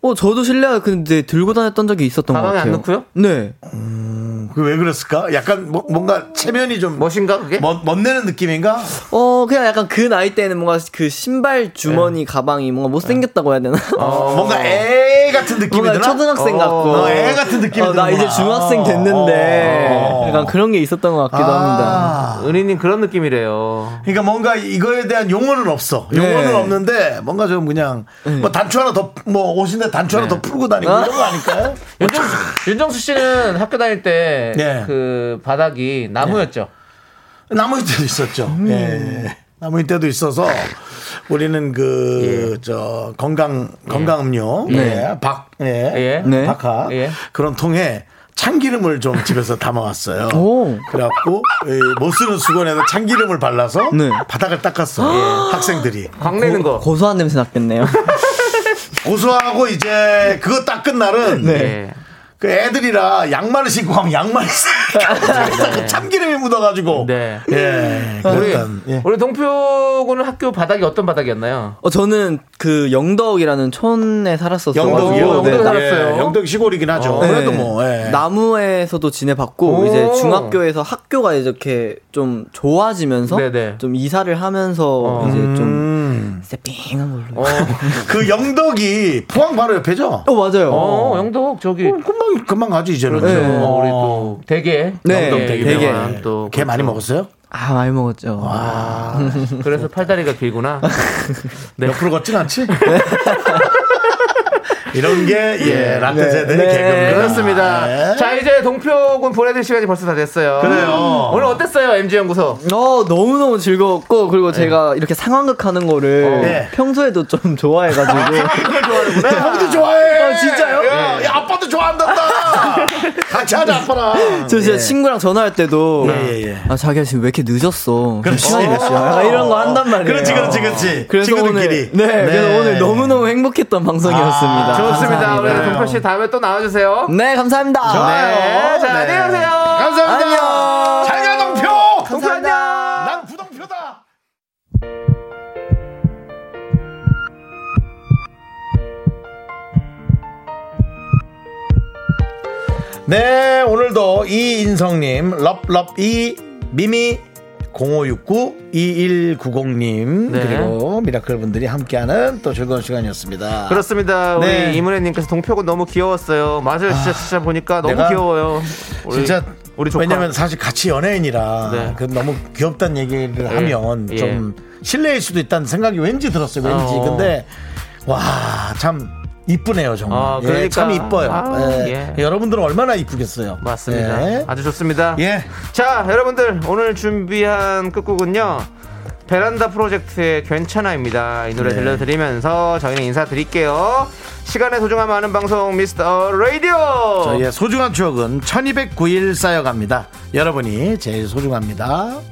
F: 어, 저도 실내화 근데 들고 다녔던 적이 있었던 것
B: 가방에 안
F: 같아요.
B: 넣고요?
F: 네.
A: 음, 그왜 그랬을까? 약간 뭐- 뭔가 체면이 좀
F: 뭐,
B: 멋인가 그게?
A: 멋, 멋내는 느낌인가?
F: 어, 그냥 약간 그 나이 때는 뭔가 그 신발 주머니 가방이 뭔가 못생겼다고 해야 되나?
A: 어, 뭔가 애 같은 느낌이
F: 뭔가
A: 드나?
F: 초등학생 같고.
A: 어, 애 같은 느낌이
F: 어, 나
A: 드는구나.
F: 이제 중학생 됐는데.
A: 어.
F: 약간 그런 게 있었던 것 같기도 합니다.
A: 아,
B: 은희님 그런 느낌이래요.
A: 그러니까 뭔가 이거에 대한 용어는 없어. 용어는
F: 네.
A: 없는데 뭔가 좀 그냥 뭐 단추 하나 더 뭐 옷인데 단추 하나 더
F: 네.
A: 풀고 다니고 이런
F: 어?
A: 거 아닐까요?
B: 윤정수, 윤정수 씨는 학교 다닐 때 그
A: 네.
B: 바닥이 나무였죠.
A: 나무일 때도 있었죠.
F: 음.
A: 예. 나무일 때도 있어서 우리는
F: 예.
A: 그, 저, 건강, 건강 음료. 예. 박, 예.
B: 예.
F: 네.
A: 박하.
B: 예.
A: 그런 통에 참기름을 좀 집에서 담아왔어요.
F: 오.
A: 그래갖고 예, 못 쓰는 수건에다 참기름을 발라서
F: 네. 아.
A: 바닥을 닦았어. 학생들이.
B: 광내는 거.
F: 고소한 냄새 났겠네요.
A: 고소하고 이제 그거 닦은 날은
F: 네.
B: 예.
A: 그 애들이라 양말을 신고 하면 양말이 싹 참기름이 묻어가지고.
B: 네.
A: 예.
B: 우리 어,
A: 그랬던, 예.
B: 우리 동표군은 학교 바닥이 어떤 바닥이었나요?
F: 어, 저는 그 영덕이라는 촌에 살았어서.
A: 영덕이요.
B: 영덕
A: 네.
B: 살았어요. 어, 네.
A: 예, 영덕 시골이긴 하죠. 그래도 뭐 예.
F: 나무에서도 지내봤고
B: 오.
F: 이제 중학교에서 학교가 이렇게 좀 좋아지면서
B: 네네.
F: 좀 이사를 하면서 이제 좀
A: 어. 음.
F: 세핑한 걸로.
B: 어,
F: 어,
A: 그 영덕이 포항 바로 옆에죠.
F: 맞아요.
B: 어, 영덕 저기
A: 금방 금방 가죠 이제는.
B: 그렇죠.
F: 네.
B: 어, 우리 또 대게
F: 네,
B: 영동 되게
F: 대게.
B: 유명한 또 그렇죠.
A: 개 많이 먹었어요?
F: 아 많이 먹었죠.
B: 그래서 팔다리가 길구나. 네.
A: 옆으로 걷진 않지? 이런 게 예, 라떼 세대의
F: 네.
A: 개그입니다.
B: 그렇습니다.
A: 예.
B: 자 이제 동표군 보내드릴 시간이 벌써 다 됐어요.
A: 그래요.
B: 오늘 어땠어요 MG 연구소?
F: 어 너무 너무 즐거웠고 그리고 제가 이렇게 상황극 하는 거를
A: 네.
F: 평소에도 좀 좋아해가지고 네.
A: 형도 좋아해.
F: 어, 진짜요?
A: 야, 야, 아빠도 좋아한단다. 같이 진짜 나빠라.
F: 저 진짜 친구랑 전화할 때도
A: 예, 예, 예.
F: 아 자기야 지금 왜 이렇게 늦었어? 지금
A: 그렇지.
F: 시간이 몇 시야? 약간 이런 거 한단 말이에요.
A: 그렇지, 그렇지, 그렇지.
F: 그래서
A: 친구들끼리.
F: 오늘 네, 그래서 오늘 너무 너무 행복했던 방송이었습니다.
A: 아,
B: 좋습니다. 우리
F: 감사합니다.
B: 동표 씨 다음에 또 나와주세요.
F: 네 감사합니다.
B: 네, 자, 안녕히 가세요.
A: 감사합니다. 잘가 동표.
B: 동표 안녕.
A: 난 부동표다. 네, 오늘도 이인성님, 럽럽이, 미미, 0569, 2190님,
B: 네.
A: 그리고 미라클 분들이 함께하는 또 즐거운 시간이었습니다.
B: 그렇습니다. 우리
A: 네.
B: 이문혜님께서 동표고 너무 귀여웠어요. 맞아요, 진짜 진짜 보니까 너무
A: 내가
B: 귀여워요. 우리,
A: 진짜
B: 우리 조카.
A: 왜냐면 사실 같이 연예인이라
B: 네.
A: 그 너무 귀엽다는 얘기를 하면
B: 예.
A: 좀 실례일 수도 있다는 생각이 왠지 들었어요. 왠지
B: 어.
A: 근데 와 참 이쁘네요 정말.
B: 아,
A: 예,
B: 그러니까.
A: 참 이뻐요.
B: 아,
A: 예.
B: 예.
A: 여러분들은 얼마나 이쁘겠어요.
B: 맞습니다.
A: 예.
B: 아주 좋습니다.
A: 예.
B: 자, 여러분들 오늘 준비한 끝곡은요. 베란다 프로젝트의 괜찮아입니다. 이 노래 들려드리면서 저희는 인사드릴게요. 시간의 소중함 아는 방송 미스터 라디오.
A: 저희의 소중한 추억은 1209일 쌓여갑니다. 여러분이 제일 소중합니다.